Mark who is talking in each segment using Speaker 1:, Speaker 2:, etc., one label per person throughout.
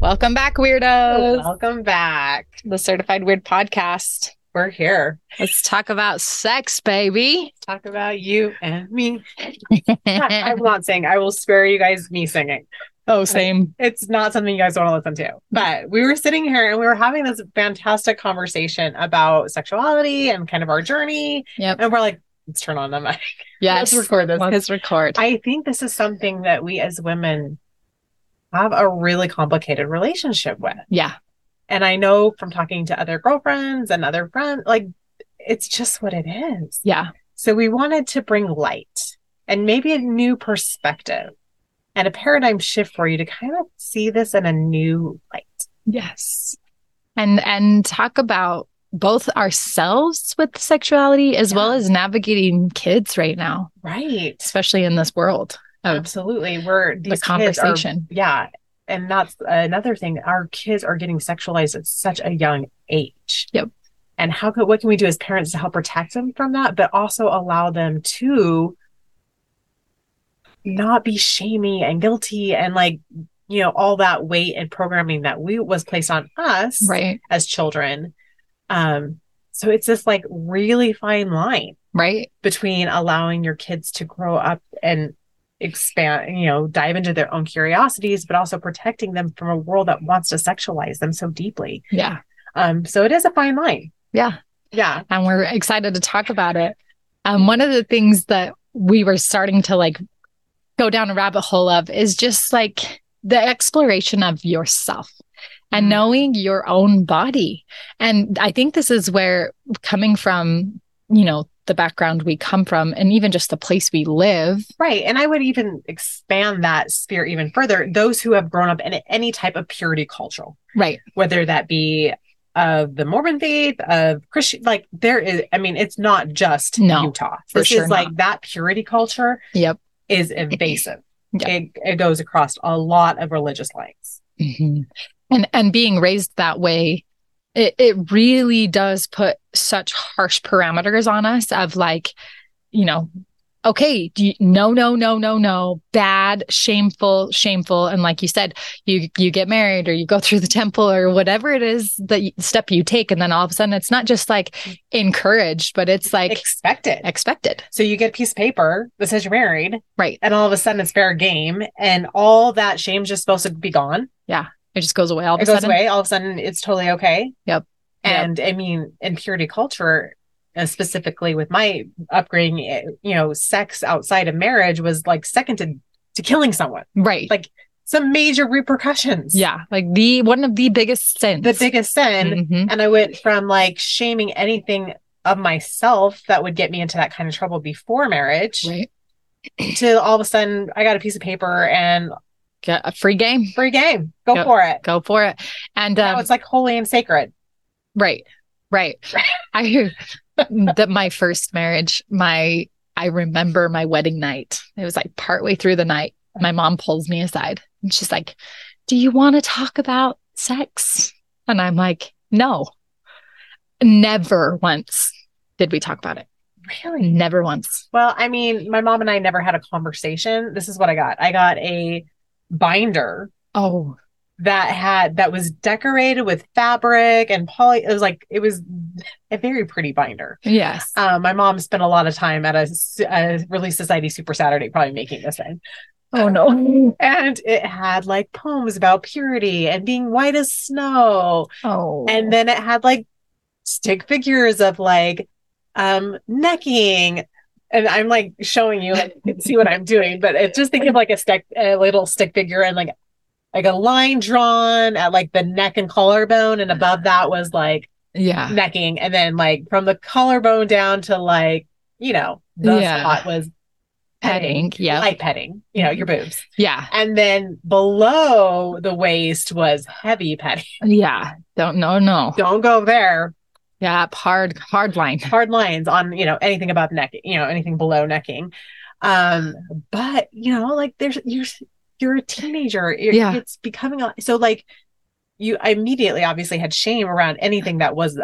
Speaker 1: Welcome back, weirdos.
Speaker 2: Welcome back.
Speaker 1: The Certified Weird Podcast.
Speaker 2: We're here.
Speaker 1: Let's talk about sex, baby.
Speaker 2: Talk about you and me. I'm not saying I will spare you guys me singing.
Speaker 1: oh, same.
Speaker 2: It's not something you guys want to listen to. But we were sitting here and we were having this fantastic conversation about sexuality and kind of our journey.
Speaker 1: Yep.
Speaker 2: And we're like, let's turn on the mic.
Speaker 1: Yes.
Speaker 2: Oh, Let's record this. 'Cause
Speaker 1: Let's record.
Speaker 2: I think this is something that we as women have a really complicated relationship with.
Speaker 1: yeah.
Speaker 2: And I know from talking to other girlfriends and other friends, like it's just what it is.
Speaker 1: Yeah.
Speaker 2: So we wanted to bring light and maybe a new perspective and a paradigm shift for you to kind of see this in a new light.
Speaker 1: Yes. And and talk about both ourselves with sexuality as well
Speaker 2: Yeah.
Speaker 1: as navigating kids right now,
Speaker 2: Right.
Speaker 1: especially in this world of
Speaker 2: Absolutely. We're
Speaker 1: the
Speaker 2: these kids are-
Speaker 1: conversation.
Speaker 2: yeah. And that's another thing. Our kids are getting sexualized at such a young age.
Speaker 1: Yep.
Speaker 2: And how could what can we do as parents to help protect them from that, but also allow them to not be shamey and guilty and like you know all that weight and programming that we was placed on us
Speaker 1: Right.
Speaker 2: as children. Um, so it's this like really fine line
Speaker 1: Right.
Speaker 2: between allowing your kids to grow up and expand, you know, dive into their own curiosities, but also protecting them from a world that wants to sexualize them so deeply.
Speaker 1: Yeah.
Speaker 2: Um, so it is a fine line.
Speaker 1: Yeah.
Speaker 2: Yeah.
Speaker 1: and we're excited to talk about it. Um, one of the things that we were starting to like go down a rabbit hole of is just like the exploration of yourself and
Speaker 2: Mhm.
Speaker 1: knowing your own body. And I think this is where coming from, you know, the background we come from and even just the place we live.
Speaker 2: Right. And I would even expand that sphere even further. Those who have grown up in any type of purity culture,
Speaker 1: Right.
Speaker 2: whether that be of the Mormon faith, of Christian, like there is, I mean, it's not just
Speaker 1: No,
Speaker 2: Utah.
Speaker 1: for
Speaker 2: this
Speaker 1: sure
Speaker 2: is like
Speaker 1: not.
Speaker 2: that purity culture
Speaker 1: Yep.
Speaker 2: is invasive.
Speaker 1: Yeah.
Speaker 2: It, it goes across a lot of religious lines. Mm-hmm.
Speaker 1: Mhm. And and being raised that way, it, it really does put such harsh parameters on us of like, you know, okay, do you, no, no, no, no, no, bad, shameful, shameful, and like you said, you you get married or you go through the temple or whatever it is that you, step you take, and then all of a sudden it's not just like encouraged, but it's like
Speaker 2: Expect it.
Speaker 1: expected,
Speaker 2: So you get a piece of paper that says you're married,
Speaker 1: right?
Speaker 2: and all of a sudden it's fair game, and all that shame's just supposed to be gone.
Speaker 1: It just goes away all of
Speaker 2: It
Speaker 1: a
Speaker 2: goes
Speaker 1: sudden.
Speaker 2: away. All of a sudden it's totally okay.
Speaker 1: Yep.
Speaker 2: And I mean, in purity culture, uh, specifically with my upbringing, it, you know, sex outside of marriage was like second to, to killing someone.
Speaker 1: right?
Speaker 2: Like, Some major repercussions.
Speaker 1: yeah, like the one of the biggest sins.
Speaker 2: The biggest sin
Speaker 1: Mhm.
Speaker 2: And I went from like shaming anything of myself that would get me into that kind of trouble before marriage
Speaker 1: right?
Speaker 2: to all of a sudden I got a piece of paper and
Speaker 1: Get a free game.
Speaker 2: free game. Go
Speaker 1: Yep.
Speaker 2: for it.
Speaker 1: go for it. And
Speaker 2: Now
Speaker 1: um,
Speaker 2: it's like holy and sacred.
Speaker 1: right, right. I that my first marriage, my I remember my wedding night. It was like partway through the night. My mom pulls me aside and she's like, "Do you want to talk about sex?" And I'm like, "No, never once did we talk about it.
Speaker 2: Really?
Speaker 1: Never once."
Speaker 2: Well, I mean, my mom and I never had a conversation. This is what I got. I got a binder
Speaker 1: Oh,
Speaker 2: that had that was decorated with fabric and poly it was like it was a very pretty binder.
Speaker 1: yes.
Speaker 2: Uh, my mom spent a lot of time at a, s- a release society super Saturday probably making this thing.
Speaker 1: Oh no.
Speaker 2: and it had like poems about purity and being white as snow
Speaker 1: Oh,
Speaker 2: and then it had like stick figures of like um necking and i'm like showing you like you can see what i'm doing but it just think of like a stick a little stick figure and like like a line drawn at like the neck and collarbone and above that was like
Speaker 1: yeah.
Speaker 2: necking and then like from the collarbone down to like you know the
Speaker 1: Yeah.
Speaker 2: spot was petting
Speaker 1: Petting. Yeah.
Speaker 2: like petting you know your boobs
Speaker 1: yeah.
Speaker 2: and then below the waist was heavy petting.
Speaker 1: Yeah. Don't no no.
Speaker 2: Don't go there.
Speaker 1: Yeah. Hard hard line.
Speaker 2: Hard lines on, you know, anything above necking, you know, anything below necking. Um, but you know, like there's you're you're a teenager. You're-
Speaker 1: Yeah.
Speaker 2: It's becoming a, so like you immediately obviously had shame around anything that was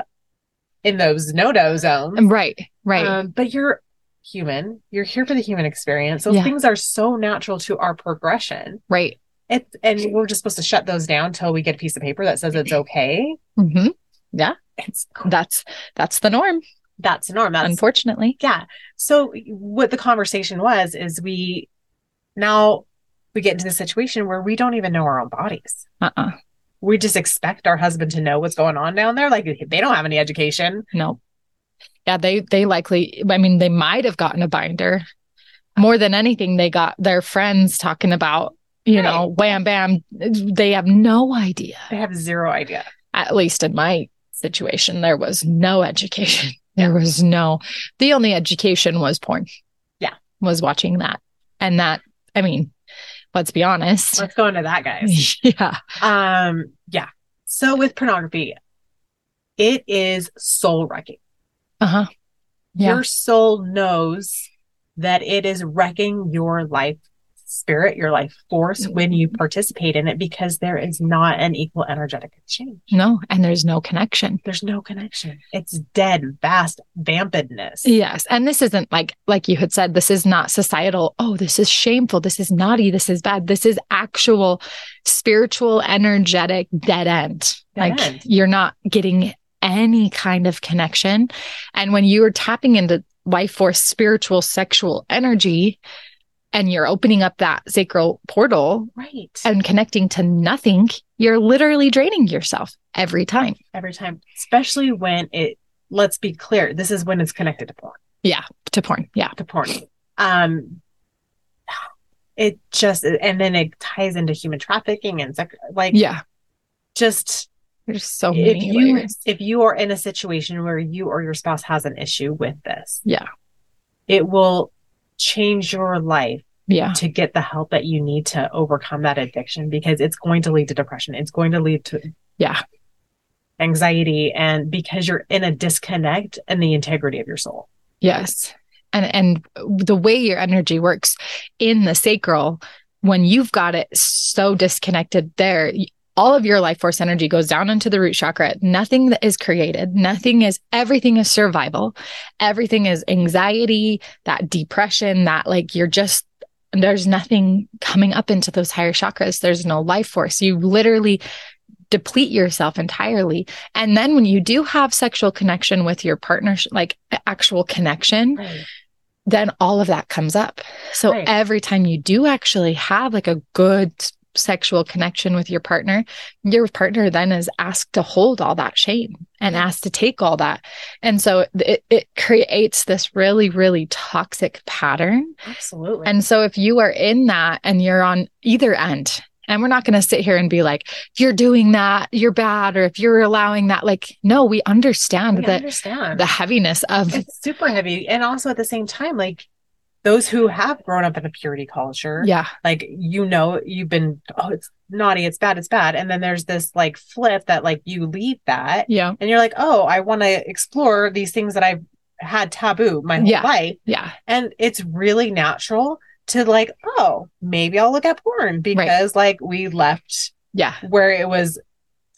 Speaker 2: in those no-no zones.
Speaker 1: Mm, Right, right.
Speaker 2: Um, but you're human. You're here for the human experience. Those
Speaker 1: Yeah.
Speaker 2: things are so natural to our progression.
Speaker 1: right.
Speaker 2: It, and we're just supposed to shut those down till we get a piece of paper that says it's okay.
Speaker 1: hmm Yeah,
Speaker 2: It's
Speaker 1: that's that's the norm,
Speaker 2: that's the norm. That's
Speaker 1: unfortunately.
Speaker 2: yeah. So what the conversation was is we now we get into the situation where we don't even know our own bodies.
Speaker 1: Uh-uh.
Speaker 2: We just expect our husband to know what's going on down there. Like they don't have any education.
Speaker 1: No. Yeah, they they likely I mean they might have gotten a binder. More than anything they got their friends talking about, you know, wham bam, they have no idea.
Speaker 2: They have zero idea.
Speaker 1: At least in my situation there was no education. There was no the only education was porn.
Speaker 2: Yeah.
Speaker 1: Was watching that. And that I mean, let's be honest.
Speaker 2: Let's go into that, guys.
Speaker 1: yeah.
Speaker 2: Um, yeah. So with pornography, it is soul wrecking.
Speaker 1: Uh-huh. Yeah.
Speaker 2: Your soul knows that it is wrecking your life spirit, your life force when you participate in it because there is not an equal energetic exchange.
Speaker 1: No, and there's no connection.
Speaker 2: There's no connection. It's dead, vast vampedness.
Speaker 1: Yes. And this isn't like, like you had said, this is not societal. Oh, this is shameful. This is naughty. This is bad. This is actual spiritual, energetic dead end.
Speaker 2: Dead
Speaker 1: like
Speaker 2: end.
Speaker 1: you're not getting any kind of connection. And when you are tapping into life force, spiritual, sexual energy, and you're opening up that sacral portal
Speaker 2: Right.
Speaker 1: and connecting to nothing, you're literally draining yourself every time.
Speaker 2: Every time, especially when it, let's be clear, this is when it's connected to porn.
Speaker 1: To porn. Yeah.
Speaker 2: to porn. Um, it just and then it ties into human trafficking and sex, like
Speaker 1: Yeah.
Speaker 2: just
Speaker 1: There's so many.
Speaker 2: if you
Speaker 1: layers.
Speaker 2: if you are in a situation where you or your spouse has an issue with this,
Speaker 1: Yeah.
Speaker 2: it will change your life
Speaker 1: Yeah.
Speaker 2: to get the help that you need to overcome that addiction because it's going to lead to depression. It's going to lead to
Speaker 1: Yeah.
Speaker 2: anxiety and because you're in a disconnect and the integrity of your soul.
Speaker 1: Yes. And and the way your energy works in the sacral when you've got it so disconnected there y- all of your life force energy goes down into the root chakra. Nothing that is created, nothing is everything is survival. Everything is anxiety, that depression, that like you're just there's nothing coming up into those higher chakras. There's no life force. You literally deplete yourself entirely. And then when you do have sexual connection with your partner, like actual connection,
Speaker 2: Right.
Speaker 1: then all of that comes up. So
Speaker 2: Right.
Speaker 1: every time you do actually have like a good s- sexual connection with your partner, your partner then is asked to hold all that shame and asked to take all that. And so it, it creates this really, really toxic pattern
Speaker 2: Absolutely.
Speaker 1: and so if you are in that and you're on either end, and we're not going to sit here and be like, if you're doing that, you're bad, or if you're allowing that, like, no, we understand
Speaker 2: we
Speaker 1: the,
Speaker 2: understand.
Speaker 1: the heaviness of,
Speaker 2: it's super heavy and also at the same time like those who have grown up in a purity culture
Speaker 1: yeah,
Speaker 2: like you know you've been oh it's naughty it's bad it's bad and then there's this like flip that like you leave that
Speaker 1: yeah,
Speaker 2: and you're like oh i want to explore these things that i've had taboo my whole
Speaker 1: Yeah.
Speaker 2: life
Speaker 1: yeah,
Speaker 2: and it's really natural to like oh maybe i'll look at porn because like we left
Speaker 1: yeah,
Speaker 2: where it was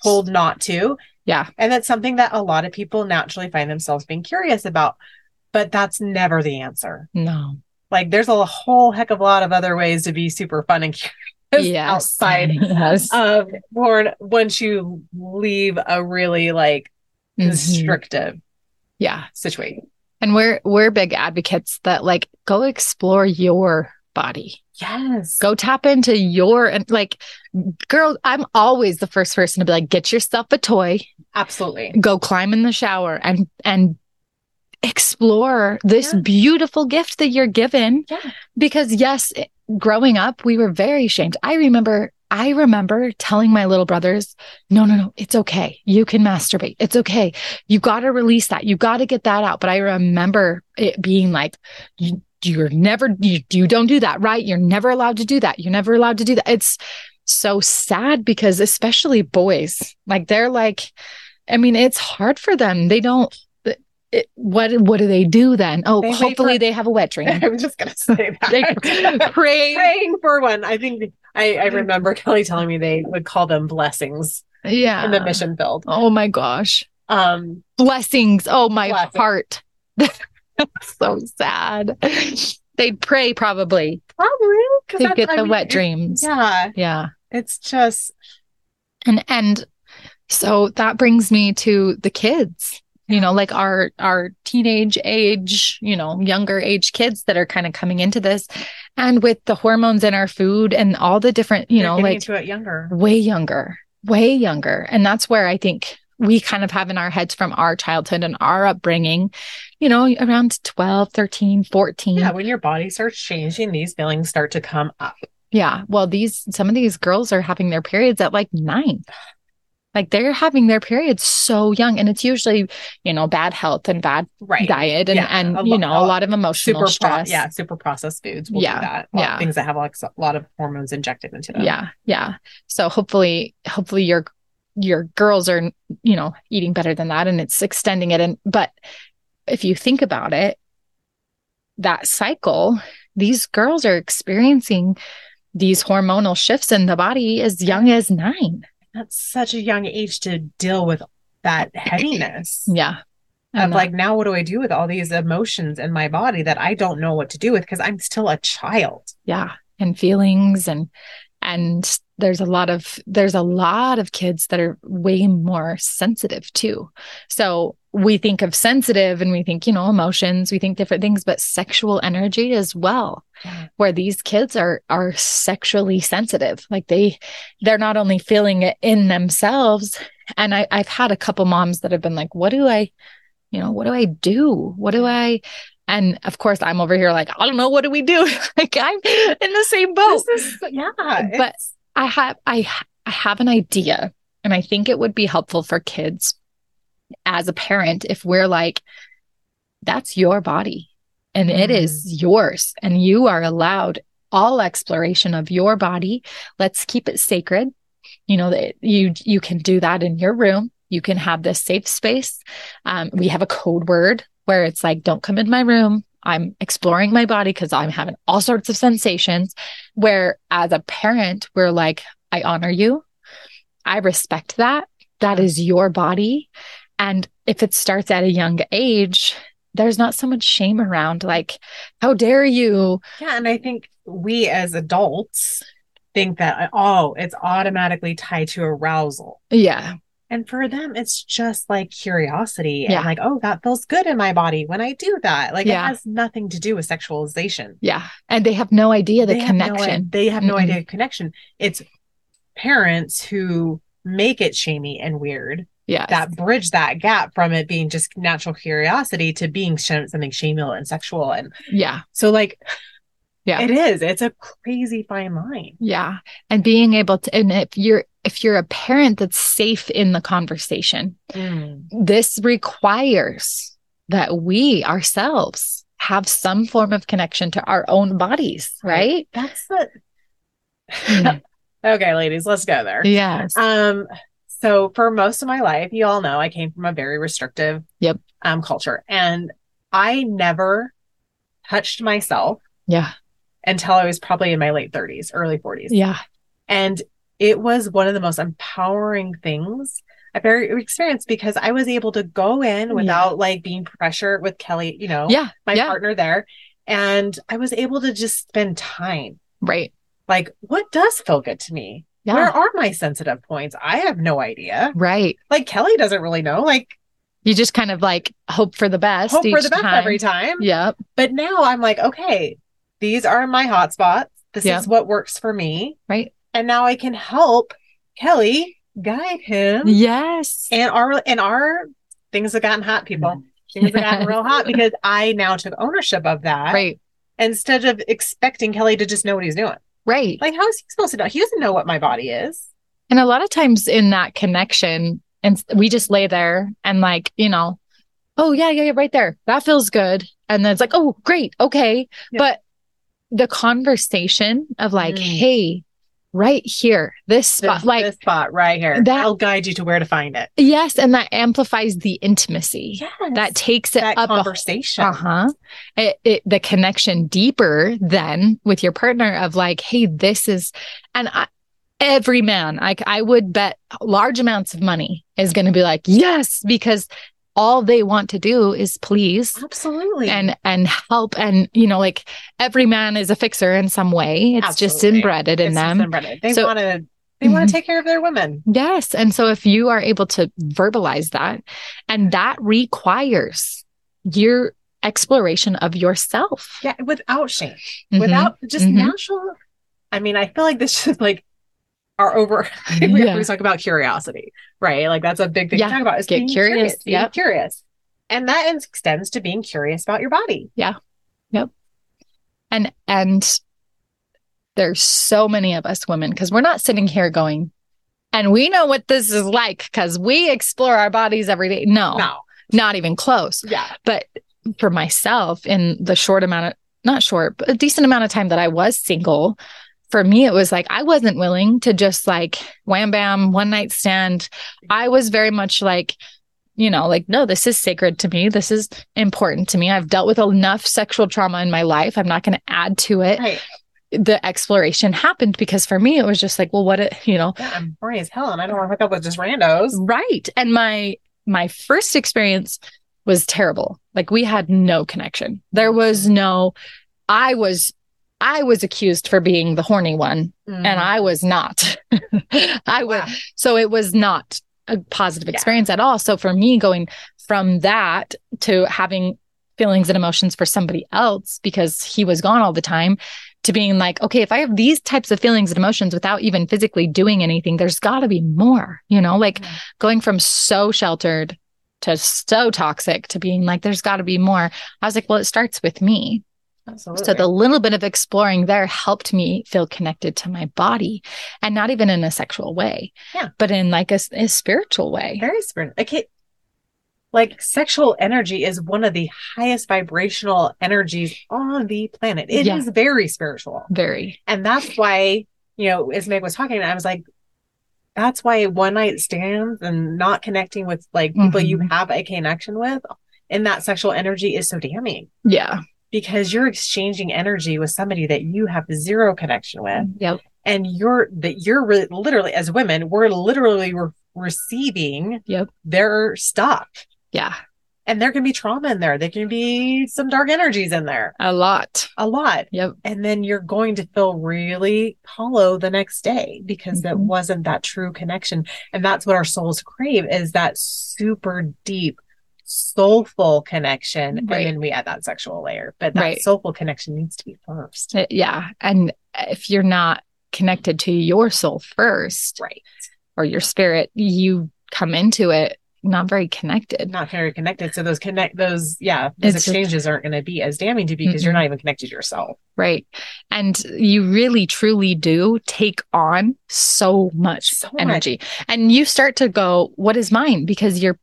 Speaker 2: told not to
Speaker 1: yeah,
Speaker 2: and that's something that a lot of people naturally find themselves being curious about. But that's never the answer.
Speaker 1: no.
Speaker 2: Like there's a whole heck of a lot of other ways to be super fun and curious
Speaker 1: Yes. Mm-hmm.
Speaker 2: outside
Speaker 1: Yes.
Speaker 2: of porn once you leave a really like
Speaker 1: Mhm.
Speaker 2: restrictive
Speaker 1: Yeah.
Speaker 2: situation.
Speaker 1: And we're, we're big advocates that like go explore your body.
Speaker 2: Yes.
Speaker 1: go tap into your and like girl i'm always the first person to be like get yourself a toy
Speaker 2: Absolutely.
Speaker 1: go climb in the shower and and explore this
Speaker 2: Yeah.
Speaker 1: beautiful gift that you're given
Speaker 2: Yeah.
Speaker 1: because yes it- growing up we were very shamed i remember i remember telling my little brothers no no no it's okay you can masturbate it's okay you got to release that you got to get that out but i remember it being like you, you're never you, you don't do that right you're never allowed to do that you're never allowed to do that it's so sad because especially boys like they're like I mean, it's hard for them. They don't. It, what what do they do then? Oh,
Speaker 2: They wait
Speaker 1: hopefully
Speaker 2: for-
Speaker 1: they have a wet dream.
Speaker 2: I'm just gonna say
Speaker 1: They
Speaker 2: that.
Speaker 1: pray.
Speaker 2: Praying for one. I think I,
Speaker 1: Mm-hmm.
Speaker 2: I remember Kelly telling me they would call them blessings
Speaker 1: Yeah.
Speaker 2: in the mission field.
Speaker 1: Oh my gosh.
Speaker 2: Um
Speaker 1: Blessings. Oh my
Speaker 2: Blessings.
Speaker 1: heart. so sad. They'd pray probably.
Speaker 2: probably 'cause
Speaker 1: They'd
Speaker 2: that's-
Speaker 1: get
Speaker 2: I
Speaker 1: the
Speaker 2: mean,
Speaker 1: wet
Speaker 2: it-
Speaker 1: dreams.
Speaker 2: Yeah.
Speaker 1: Yeah.
Speaker 2: It's just
Speaker 1: and and so that brings me to the kids you know like our our teenage age you know younger age kids that are kind of coming into this and with the hormones in our food and all the different you
Speaker 2: they're
Speaker 1: know
Speaker 2: getting
Speaker 1: like
Speaker 2: into it younger.
Speaker 1: way younger way younger and that's where i think we kind of have in our heads from our childhood and our upbringing you know around 12 13 14
Speaker 2: Yeah, when your body starts changing, these feelings start to come up.
Speaker 1: Yeah. Well, these some of these girls are having their periods at like nine. Like they're having their periods so young. And it's usually, you know, bad health and bad
Speaker 2: Right.
Speaker 1: diet and,
Speaker 2: Yeah,
Speaker 1: and
Speaker 2: a
Speaker 1: you
Speaker 2: lot-
Speaker 1: know,
Speaker 2: a
Speaker 1: a
Speaker 2: lot-
Speaker 1: lot of emotional
Speaker 2: super
Speaker 1: stress.
Speaker 2: Pro- yeah, super processed foods will
Speaker 1: Yeah,
Speaker 2: do that. A lot of
Speaker 1: yeah.
Speaker 2: Things that have like, a lot of hormones injected into them.
Speaker 1: Yeah. Yeah. So hopefully, hopefully your your girls are, you know, eating better than that and it's extending it. And but if you think about it, that cycle, these girls are experiencing these hormonal shifts in the body as young as nine.
Speaker 2: That's such a young age to deal with that heaviness.
Speaker 1: Yeah.
Speaker 2: Of
Speaker 1: And, uh,
Speaker 2: like, now what do I do with all these emotions in my body that I don't know what to do with because I'm still a child?
Speaker 1: yeah, and feelings and and there's a lot of there's a lot of kids that are way more sensitive too. So we think of sensitive and we think, you know, emotions, we think different things, but sexual energy as well,
Speaker 2: Yeah.
Speaker 1: where these kids are are sexually sensitive. Like they they're not only feeling it in themselves. And I, I've had a couple moms that have been like, what do I, you know, what do I do? What do I and of course I'm over here like, I don't know, what do we do? like I'm in the same boat.
Speaker 2: This is, yeah.
Speaker 1: Oh, But
Speaker 2: it's-
Speaker 1: I have I ha- I have an idea and I think it would be helpful for kids as a parent if we're like that's your body and it is yours and you are allowed all exploration of your body. Let's keep it sacred. You know that you you can do that in your room. You can have this safe space. Um, we have a code word where it's like, don't come in my room. I'm exploring my body because I'm having all sorts of sensations. Where as a parent, we're like, I honor you. I respect that. That is your body. And if it starts at a young age, there's not so much shame around like, how dare you?
Speaker 2: yeah. And I think we as adults think that, oh, it's automatically tied to arousal.
Speaker 1: Yeah.
Speaker 2: And for them, it's just like curiosity
Speaker 1: Yeah.
Speaker 2: and like, oh, that feels good in my body when I do that. Like
Speaker 1: Yeah.
Speaker 2: it has nothing to do with sexualization.
Speaker 1: Yeah. And they have no idea the
Speaker 2: They have no i-
Speaker 1: connection.
Speaker 2: they have no
Speaker 1: Mm-mm.
Speaker 2: idea of connection. It's parents who make it shamey and weird
Speaker 1: yeah.
Speaker 2: that bridge that gap from it being just natural curiosity to being sh- something shameful and sexual. And
Speaker 1: yeah.
Speaker 2: so, like,
Speaker 1: Yeah.
Speaker 2: it is. It's a crazy fine line.
Speaker 1: Yeah. And being able to and if you're if you're a parent that's safe in the conversation, Mm. this requires that we ourselves have some form of connection to our own bodies, right?
Speaker 2: That's the
Speaker 1: Mm.
Speaker 2: okay, ladies. Let's go there.
Speaker 1: yes.
Speaker 2: Um, so for most of my life, you all know I came from a very restrictive
Speaker 1: Yep.
Speaker 2: um culture. And I never touched myself
Speaker 1: Yeah.
Speaker 2: until I was probably in my late 30s, early 40s.
Speaker 1: Yeah.
Speaker 2: And it was one of the most empowering things I've ever experienced because I was able to go in without like being pressured with Kelly, you know,
Speaker 1: Yeah.
Speaker 2: my
Speaker 1: yeah.
Speaker 2: partner there. And I was able to just spend time.
Speaker 1: Right.
Speaker 2: Like, what does feel good to me?
Speaker 1: Yeah.
Speaker 2: Where are my sensitive points? I have no idea
Speaker 1: Right.
Speaker 2: like Kelly doesn't really know. Like
Speaker 1: You just kind of like hope for the best.
Speaker 2: hope for
Speaker 1: each
Speaker 2: the best
Speaker 1: time.
Speaker 2: every time.
Speaker 1: Yep.
Speaker 2: But now I'm like, okay, these are my hot spots. This
Speaker 1: Yeah.
Speaker 2: is what works for me.
Speaker 1: Right.
Speaker 2: And now I can help Kelly guide
Speaker 1: Mm-hmm.
Speaker 2: him
Speaker 1: Yes.
Speaker 2: and our and our things have gotten hot, people.
Speaker 1: Mm-hmm.
Speaker 2: Things have gotten real hot because I now took ownership of that
Speaker 1: Right.
Speaker 2: instead of expecting Kelly to just know what he's doing.
Speaker 1: Right.
Speaker 2: Like, how is he supposed to know? He doesn't know what my body is.
Speaker 1: And a lot of times in that connection, and we just lay there and like, you know, oh yeah, yeah, yeah, right there. That feels good. And then it's like, oh great, okay.
Speaker 2: Yeah.
Speaker 1: But the conversation of like,
Speaker 2: Mm.
Speaker 1: hey, right here, this spot,
Speaker 2: This,
Speaker 1: like
Speaker 2: this spot right here.
Speaker 1: that-
Speaker 2: I'll guide you to where to find it.
Speaker 1: yes, and that amplifies the intimacy.
Speaker 2: Yes.
Speaker 1: That takes it
Speaker 2: that
Speaker 1: up a
Speaker 2: conversation.
Speaker 1: uh huh. It, it the connection deeper than with your partner of like, hey, this is, and I, every man, like I would bet large amounts of money is going to be like yes because all they want to do is please
Speaker 2: Absolutely.
Speaker 1: and and help and you know like every man is a fixer in some way. It's just
Speaker 2: Absolutely.
Speaker 1: inbred in
Speaker 2: It's just
Speaker 1: them.
Speaker 2: inbred. They
Speaker 1: So- Mm-hmm.
Speaker 2: want to They want to take care of their women.
Speaker 1: Yes. And so if you are able to verbalize that, and that requires your exploration of yourself.
Speaker 2: Yeah, without shame,
Speaker 1: Mhm.
Speaker 2: without just
Speaker 1: Mhm.
Speaker 2: natural. I mean, I feel like this is like our over. we
Speaker 1: Yeah.
Speaker 2: always talk about curiosity, right? Like that's a big thing
Speaker 1: Yeah.
Speaker 2: to talk about. Is
Speaker 1: Get
Speaker 2: being
Speaker 1: curious.
Speaker 2: being
Speaker 1: Yep.
Speaker 2: curious, and that extends to being curious about your body.
Speaker 1: and and there's so many of us women because we're not sitting here going and we know what this is like because we explore our bodies every day no,
Speaker 2: No,
Speaker 1: not even close
Speaker 2: yeah,
Speaker 1: but for myself in the short amount of not short but a decent amount of time that i was single for me it was like i wasn't willing to just like wham bam one night stand i was very much like you know like no this is sacred to me this is important to me i've dealt with enough sexual trauma in my life i'm not going to add to it
Speaker 2: right.
Speaker 1: the exploration happened because for me it was just like well what it, you know
Speaker 2: Yeah, I'm boring as hell, and I don't want to hook up with just randos.
Speaker 1: right and my my first experience was terrible like we had no connection there was no i was i was accused for being the horny one
Speaker 2: Mm.
Speaker 1: and i was not i was
Speaker 2: Wow.
Speaker 1: so it was not a positive
Speaker 2: Yeah.
Speaker 1: experience at all so for me going from that to having feelings and emotions for somebody else because he was gone all the time to being like okay if i have these types of feelings and emotions without even physically doing anything there's got to be more you know like
Speaker 2: Mhm.
Speaker 1: going from so sheltered to so toxic to being like there's got to be more i was like well it starts with me
Speaker 2: Absolutely.
Speaker 1: so the little bit of exploring there helped me feel connected to my body and not even in a sexual way,
Speaker 2: Yeah.
Speaker 1: but in like a, s- a spiritual way.
Speaker 2: very spirit. Like it, like sexual energy is one of the highest vibrational energies on the planet. It is
Speaker 1: Yeah.
Speaker 2: very spiritual,
Speaker 1: Very.
Speaker 2: and that's why you know, as Meg was talking, I was like, that's why one night stands and not connecting with like people you
Speaker 1: Mhm.
Speaker 2: have a connection with in that sexual energy is so damning
Speaker 1: Yeah.
Speaker 2: because you're exchanging energy with somebody that you have zero connection with
Speaker 1: Yep.
Speaker 2: and you're that you're re- literally as women we're literally re- receiving
Speaker 1: Yep.
Speaker 2: their stuff
Speaker 1: Yeah.
Speaker 2: and there can be trauma in there there can be some dark energies in there
Speaker 1: A lot.
Speaker 2: a lot
Speaker 1: Yep.
Speaker 2: and then you're going to feel really hollow the next day because that
Speaker 1: Mhm.
Speaker 2: wasn't that true connection and that's what our souls crave is that super deep soulful connection
Speaker 1: Right.
Speaker 2: and then we add that sexual layer but that
Speaker 1: Right.
Speaker 2: soulful connection needs to be first
Speaker 1: Uh, Yeah. And if you're not connected to your soul first
Speaker 2: right
Speaker 1: or your spirit, you come into it not very connected.
Speaker 2: not very connected so those connect those yeah those
Speaker 1: It's just-
Speaker 2: exchanges aren't going to be as damning to you because you're
Speaker 1: Mm-mm.
Speaker 2: not even connected to yourself
Speaker 1: Right. And you really truly do take on so much
Speaker 2: So much.
Speaker 1: energy. And you start to go, what is mine? Because you're,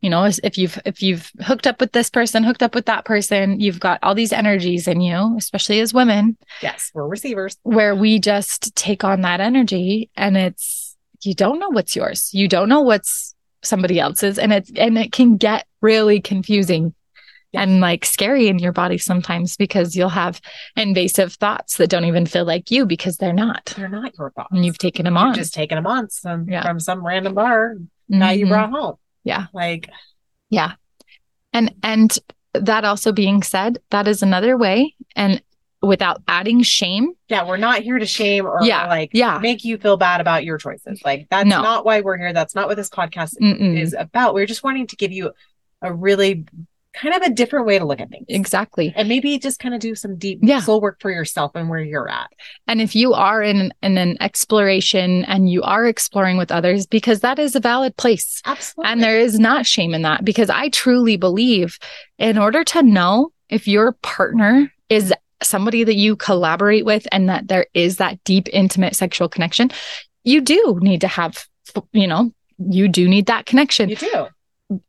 Speaker 1: you know, as- if you've if you've hooked up with this person, hooked up with that person, you've got all these energies in you, especially as women,
Speaker 2: yes we're receivers
Speaker 1: where we just take on that energy and it's you don't know what's yours. You don't know what's somebody else's and it's and it can get really confusing
Speaker 2: Yeah.
Speaker 1: and like scary in your body sometimes because you'll have invasive thoughts that don't even feel like you because they're not.
Speaker 2: they're not your thoughts
Speaker 1: And you've taken them
Speaker 2: You're
Speaker 1: on.
Speaker 2: just taking them on some,
Speaker 1: Yeah.
Speaker 2: from some random bar that you
Speaker 1: Mhm.
Speaker 2: brought home.
Speaker 1: Yeah.
Speaker 2: Like,
Speaker 1: Yeah. And and that also being said, that is another way and without adding shame.
Speaker 2: yeah, we're not here to shame or
Speaker 1: Yeah.
Speaker 2: like
Speaker 1: Yeah.
Speaker 2: make you feel bad about your choices. Like, that's
Speaker 1: No.
Speaker 2: not why we're here. That's not what this podcast
Speaker 1: Mm-mm.
Speaker 2: is about. We're just wanting to give you a really kind of a different way to look at things.
Speaker 1: Exactly.
Speaker 2: And maybe just kind of do some deep
Speaker 1: Yeah.
Speaker 2: soul work for yourself and where you're at.
Speaker 1: And if you are in in an exploration and you are exploring with others because that is a valid place.
Speaker 2: Absolutely.
Speaker 1: And there is not shame in that because I truly believe in order to know if your partner is somebody that you collaborate with and that there is that deep, intimate sexual connection, you do need to have, you know, you do need that connection.
Speaker 2: you do.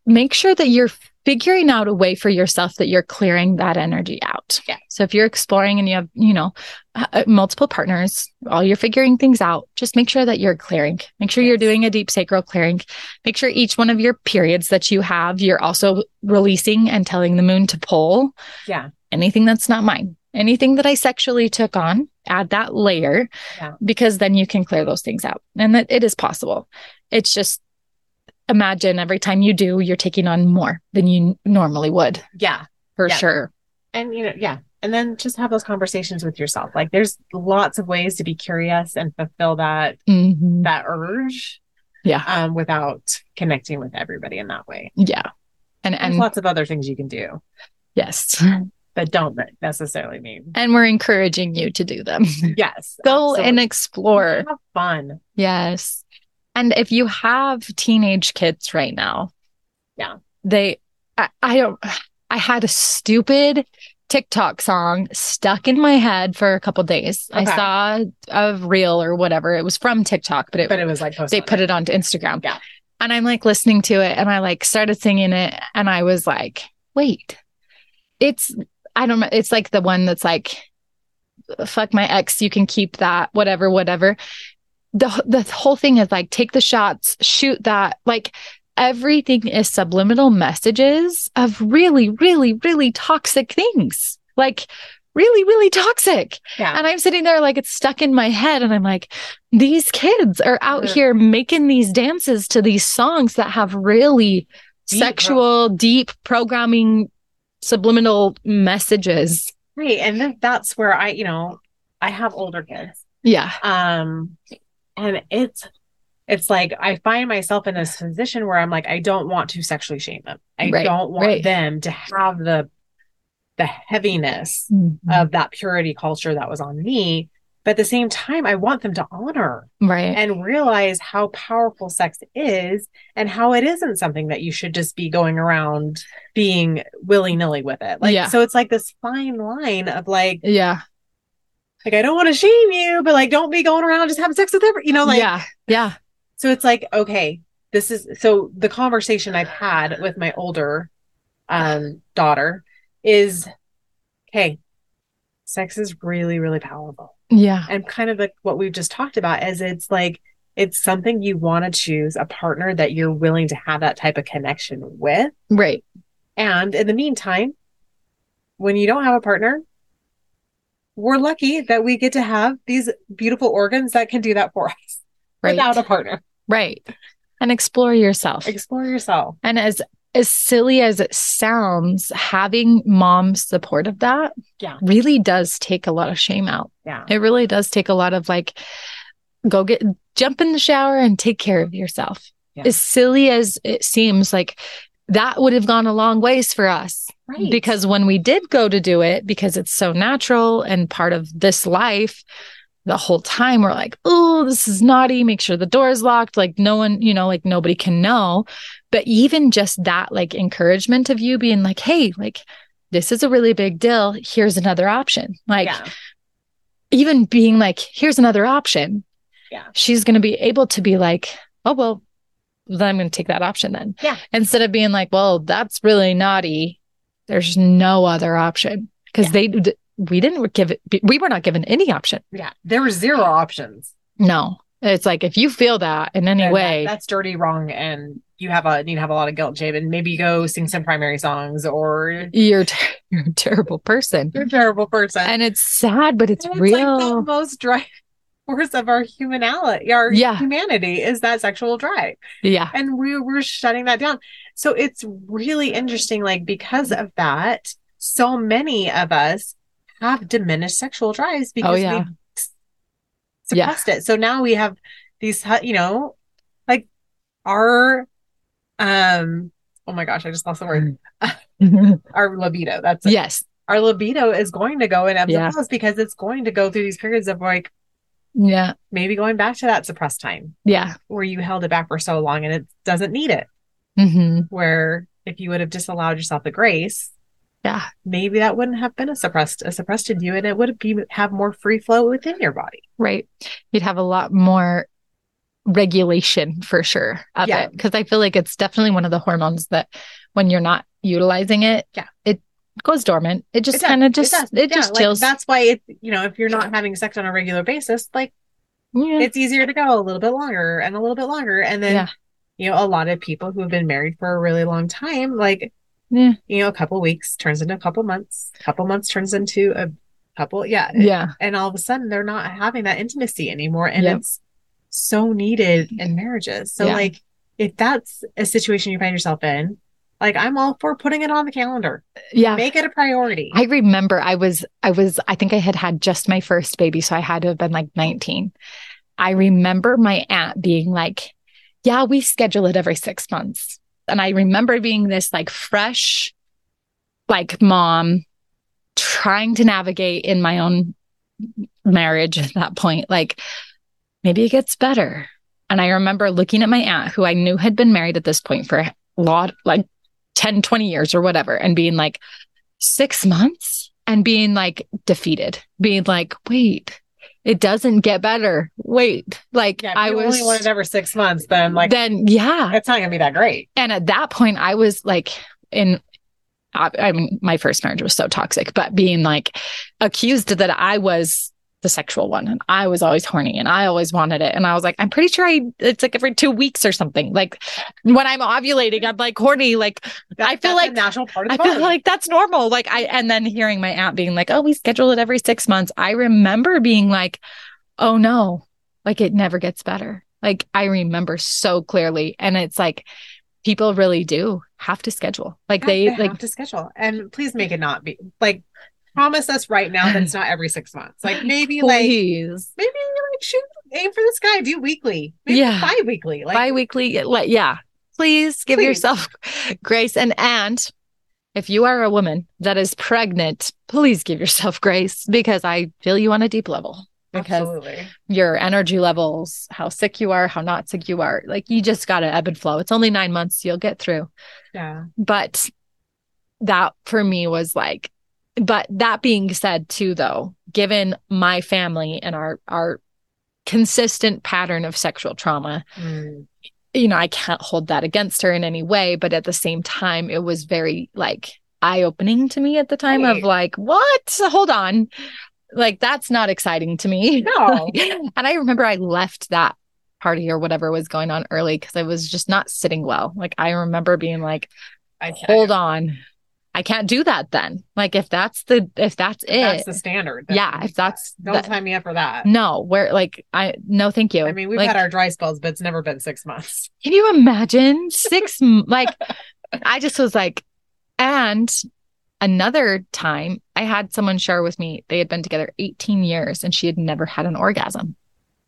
Speaker 1: Make sure that you're figuring out a way for yourself that you're clearing that energy out.
Speaker 2: Yeah.
Speaker 1: So if you're exploring and you have, you know, uh, multiple partners, all you're figuring things out, just make sure that you're clearing. Make sure you're
Speaker 2: Yes.
Speaker 1: doing a deep sacral clearing. Make sure each one of your periods that you have, you're also releasing and telling the moon to pull
Speaker 2: Yeah.
Speaker 1: anything that's not mine. Anything that I sexually took on, add that layer
Speaker 2: Yeah.
Speaker 1: because then you can clear those things out. And that it is possible. It's just imagine every time you do, you're taking on more than you n- normally would
Speaker 2: Yeah.
Speaker 1: for
Speaker 2: Yeah.
Speaker 1: sure.
Speaker 2: and you know, yeah. And then just have those conversations with yourself. Like there's lots of ways to be curious and fulfill that
Speaker 1: Mhm.
Speaker 2: that urge
Speaker 1: Yeah.
Speaker 2: um, without connecting with everybody in that way.
Speaker 1: Yeah. And
Speaker 2: There's
Speaker 1: and
Speaker 2: lots of other things you can do
Speaker 1: yes.
Speaker 2: that don't necessarily mean
Speaker 1: And we're encouraging you to do them.
Speaker 2: yes.
Speaker 1: Go and
Speaker 2: absolutely.
Speaker 1: explore.
Speaker 2: have fun.
Speaker 1: Yes. And if you have teenage kids right now,
Speaker 2: Yeah.
Speaker 1: They I, I don't I had a stupid TikTok song stuck in my head for a couple days.
Speaker 2: Okay.
Speaker 1: I saw a reel or whatever. It was from TikTok, but it
Speaker 2: But it was like post
Speaker 1: they
Speaker 2: on
Speaker 1: put it onto Instagram.
Speaker 2: Yeah.
Speaker 1: And I'm like listening to it and I like started singing it and I was like, wait, it's, I don't know. It's like the one that's like, fuck my ex, you can keep that, whatever, whatever. The, the whole thing is like, take the shots, shoot that. Like everything is subliminal messages of really, really, really toxic things. Like, really, really toxic.
Speaker 2: Yeah.
Speaker 1: And I'm sitting there like it's stuck in my head. And I'm like, these kids are out
Speaker 2: Mm.
Speaker 1: here making these dances to these songs that have really
Speaker 2: Deep
Speaker 1: sexual, deep programming, subliminal messages.
Speaker 2: Right. And then that's where I, you know, I have older kids.
Speaker 1: Yeah.
Speaker 2: Um and it's it's like I find myself in this position where I'm like, I don't want to sexually shame them. I
Speaker 1: Right,
Speaker 2: don't want
Speaker 1: right.
Speaker 2: them to have the the heaviness
Speaker 1: Mm-hmm.
Speaker 2: of that purity culture that was on me. But at the same time, I want them to honor
Speaker 1: right.
Speaker 2: and realize how powerful sex is and how it isn't something that you should just be going around being willy nilly with it. Like,
Speaker 1: Yeah.
Speaker 2: so it's like this fine line of like,
Speaker 1: yeah.
Speaker 2: like, I don't want to shame you, but like, don't be going around just having sex with every, you know, like,
Speaker 1: yeah. Yeah.
Speaker 2: so it's like, okay, this is so the conversation I've had with my older um daughter is okay, sex is really, really powerful.
Speaker 1: Yeah.
Speaker 2: And kind of like what we've just talked about is it's like it's something you want to choose a partner that you're willing to have that type of connection with.
Speaker 1: Right.
Speaker 2: And in the meantime, when you don't have a partner, we're lucky that we get to have these beautiful organs that can do that for us
Speaker 1: Right.
Speaker 2: without a partner.
Speaker 1: right. And explore yourself.
Speaker 2: Explore yourself.
Speaker 1: and as as silly as it sounds, having mom's support of that
Speaker 2: Yeah.
Speaker 1: really does take a lot of shame out.
Speaker 2: Yeah.
Speaker 1: It really does take a lot of like, go get, jump in the shower and take care of yourself.
Speaker 2: Yeah.
Speaker 1: As silly as it seems, like that would have gone a long ways for us.
Speaker 2: Right.
Speaker 1: Because when we did go to do it, because it's so natural and part of this life, the whole time we're like, oh, this is naughty. Make sure the door is locked. Like, no one, you know, like nobody can know. But even just that, like, encouragement of you being like, hey, like, this is a really big deal. Here's another option. Like,
Speaker 2: yeah.
Speaker 1: even being like, here's another option.
Speaker 2: Yeah.
Speaker 1: She's going to be able to be like, oh, well, then I'm going to take that option then.
Speaker 2: Yeah.
Speaker 1: Instead of being like, well, that's really naughty. There's no other option because
Speaker 2: Yeah.
Speaker 1: they, d- we didn't give it, we were not given any option.
Speaker 2: Yeah. There were zero options.
Speaker 1: No. It's like, if you feel that in any
Speaker 2: And that-
Speaker 1: way,
Speaker 2: that's dirty, wrong, and you have a need to have a lot of guilt and shame, and maybe go sing some primary songs or
Speaker 1: you're, ter- you're a terrible person.
Speaker 2: you're a terrible person.
Speaker 1: And it's sad, but it's,
Speaker 2: And
Speaker 1: real.
Speaker 2: like the most drive force of our humanity, our
Speaker 1: Yeah.
Speaker 2: humanity is that sexual drive.
Speaker 1: yeah.
Speaker 2: And we were shutting that down. So it's really interesting, like because of that, so many of us have diminished sexual drives because we
Speaker 1: Oh, yeah. Yeah.
Speaker 2: suppressed it. So now we have these, hu- you know, like our, um, oh my gosh, I just lost the word. Our libido. That's it.
Speaker 1: yes.
Speaker 2: Our libido is going to go in ebbs
Speaker 1: Yeah.
Speaker 2: and flows because it's going to go through these periods of like
Speaker 1: Yeah.
Speaker 2: maybe going back to that suppressed time
Speaker 1: Yeah.
Speaker 2: where you held it back for so long and it doesn't need it.
Speaker 1: hmm
Speaker 2: Where if you would have just allowed yourself the grace,
Speaker 1: Yeah.
Speaker 2: maybe that wouldn't have been a suppressed a suppressed in you, and it would be have more free flow within your body.
Speaker 1: Right. You'd have a lot more regulation for sure of
Speaker 2: Yeah.
Speaker 1: it. Cause I feel like it's definitely one of the hormones that when you're not utilizing it,
Speaker 2: Yeah.
Speaker 1: it goes dormant. It just
Speaker 2: does.
Speaker 1: kind of just,
Speaker 2: does.
Speaker 1: it,
Speaker 2: Yeah,
Speaker 1: just
Speaker 2: like,
Speaker 1: chills.
Speaker 2: that's why it you know if you're not having sex on a regular basis, like
Speaker 1: yeah.
Speaker 2: it's easier to go a little bit longer and a little bit longer, and then
Speaker 1: Yeah.
Speaker 2: you know a lot of people who have been married for a really long time, like
Speaker 1: Yeah.
Speaker 2: you know a couple weeks turns into a couple months, couple months turns into a couple, yeah,
Speaker 1: yeah.
Speaker 2: and all of a sudden they're not having that intimacy anymore, and
Speaker 1: Yep.
Speaker 2: it's so needed in marriages. So
Speaker 1: Yeah.
Speaker 2: like if that's a situation you find yourself in. Like I'm all for putting it on the calendar.
Speaker 1: Yeah.
Speaker 2: Make it a priority.
Speaker 1: I remember I was, I was, I think I had had just my first baby. So I had to have been like 19. I remember my aunt being like, yeah, we schedule it every six months. And I remember being this like fresh, like mom trying to navigate in my own marriage at that point, like maybe it gets better. And I remember looking at my aunt who I knew had been married at this point for a lot, like 10, 20 years or whatever, and being like, six months and being like defeated, being like, wait, it doesn't get better. Wait, like
Speaker 2: yeah, if
Speaker 1: I
Speaker 2: you
Speaker 1: was,
Speaker 2: only want it every six months, then like
Speaker 1: then yeah.
Speaker 2: it's not gonna be that great.
Speaker 1: And at that point, I was like, in, I, I mean, my first marriage was so toxic, but being like accused that I was the sexual one and I was always horny and I always wanted it. And I was like, I'm pretty sure I, it's like every two weeks or something. Like when I'm ovulating, I'm like horny. Like
Speaker 2: That-
Speaker 1: I feel
Speaker 2: that's a
Speaker 1: like-
Speaker 2: natural part
Speaker 1: I
Speaker 2: of the
Speaker 1: feel
Speaker 2: body.
Speaker 1: like that's normal. Like I, and then hearing my aunt being like, oh, we schedule it every six months. I remember being like, oh no, like it never gets better. Like I remember so clearly. And it's like, people really do have to schedule. Like
Speaker 2: Yeah,
Speaker 1: they, like,
Speaker 2: have to schedule. And please make it not be like promise us right now that it's not every six months. Like maybe like
Speaker 1: please.
Speaker 2: maybe like shoot aim for the sky, do weekly. Maybe
Speaker 1: Yeah.
Speaker 2: bi-weekly. Like
Speaker 1: bi-weekly like yeah please give
Speaker 2: Please.
Speaker 1: yourself grace and and if you are a woman that is pregnant please give yourself grace because i feel you on a deep level because
Speaker 2: absolutely.
Speaker 1: your energy levels how sick you are how not sick you are like you just gotta ebb and flow it's only nine months you'll get through
Speaker 2: Yeah.
Speaker 1: but that for me was like but that being said too though given my family and our our consistent pattern of sexual trauma
Speaker 2: Mm.
Speaker 1: you know, I can't hold that against her in any way, but at the same time, it was very like eye opening to me at the time of
Speaker 2: Right.
Speaker 1: like, what? Hold on. Like, that's not exciting to me.
Speaker 2: No.
Speaker 1: and I remember I left that party or whatever was going on early because I was just not sitting well. Like, I remember being like,
Speaker 2: I
Speaker 1: hold on. I can't do that then. Like, if that's the, if that's
Speaker 2: That's
Speaker 1: it.
Speaker 2: the standard.
Speaker 1: yeah. If that's,
Speaker 2: don't
Speaker 1: that-
Speaker 2: sign me up for that.
Speaker 1: no, where like, I, no, thank you.
Speaker 2: I mean, we've
Speaker 1: Like,
Speaker 2: had our dry spells, but it's never been six months.
Speaker 1: Can you imagine six? m- like, I just was like, and another time I had someone share with me they had been together 18 years and she had never had an orgasm.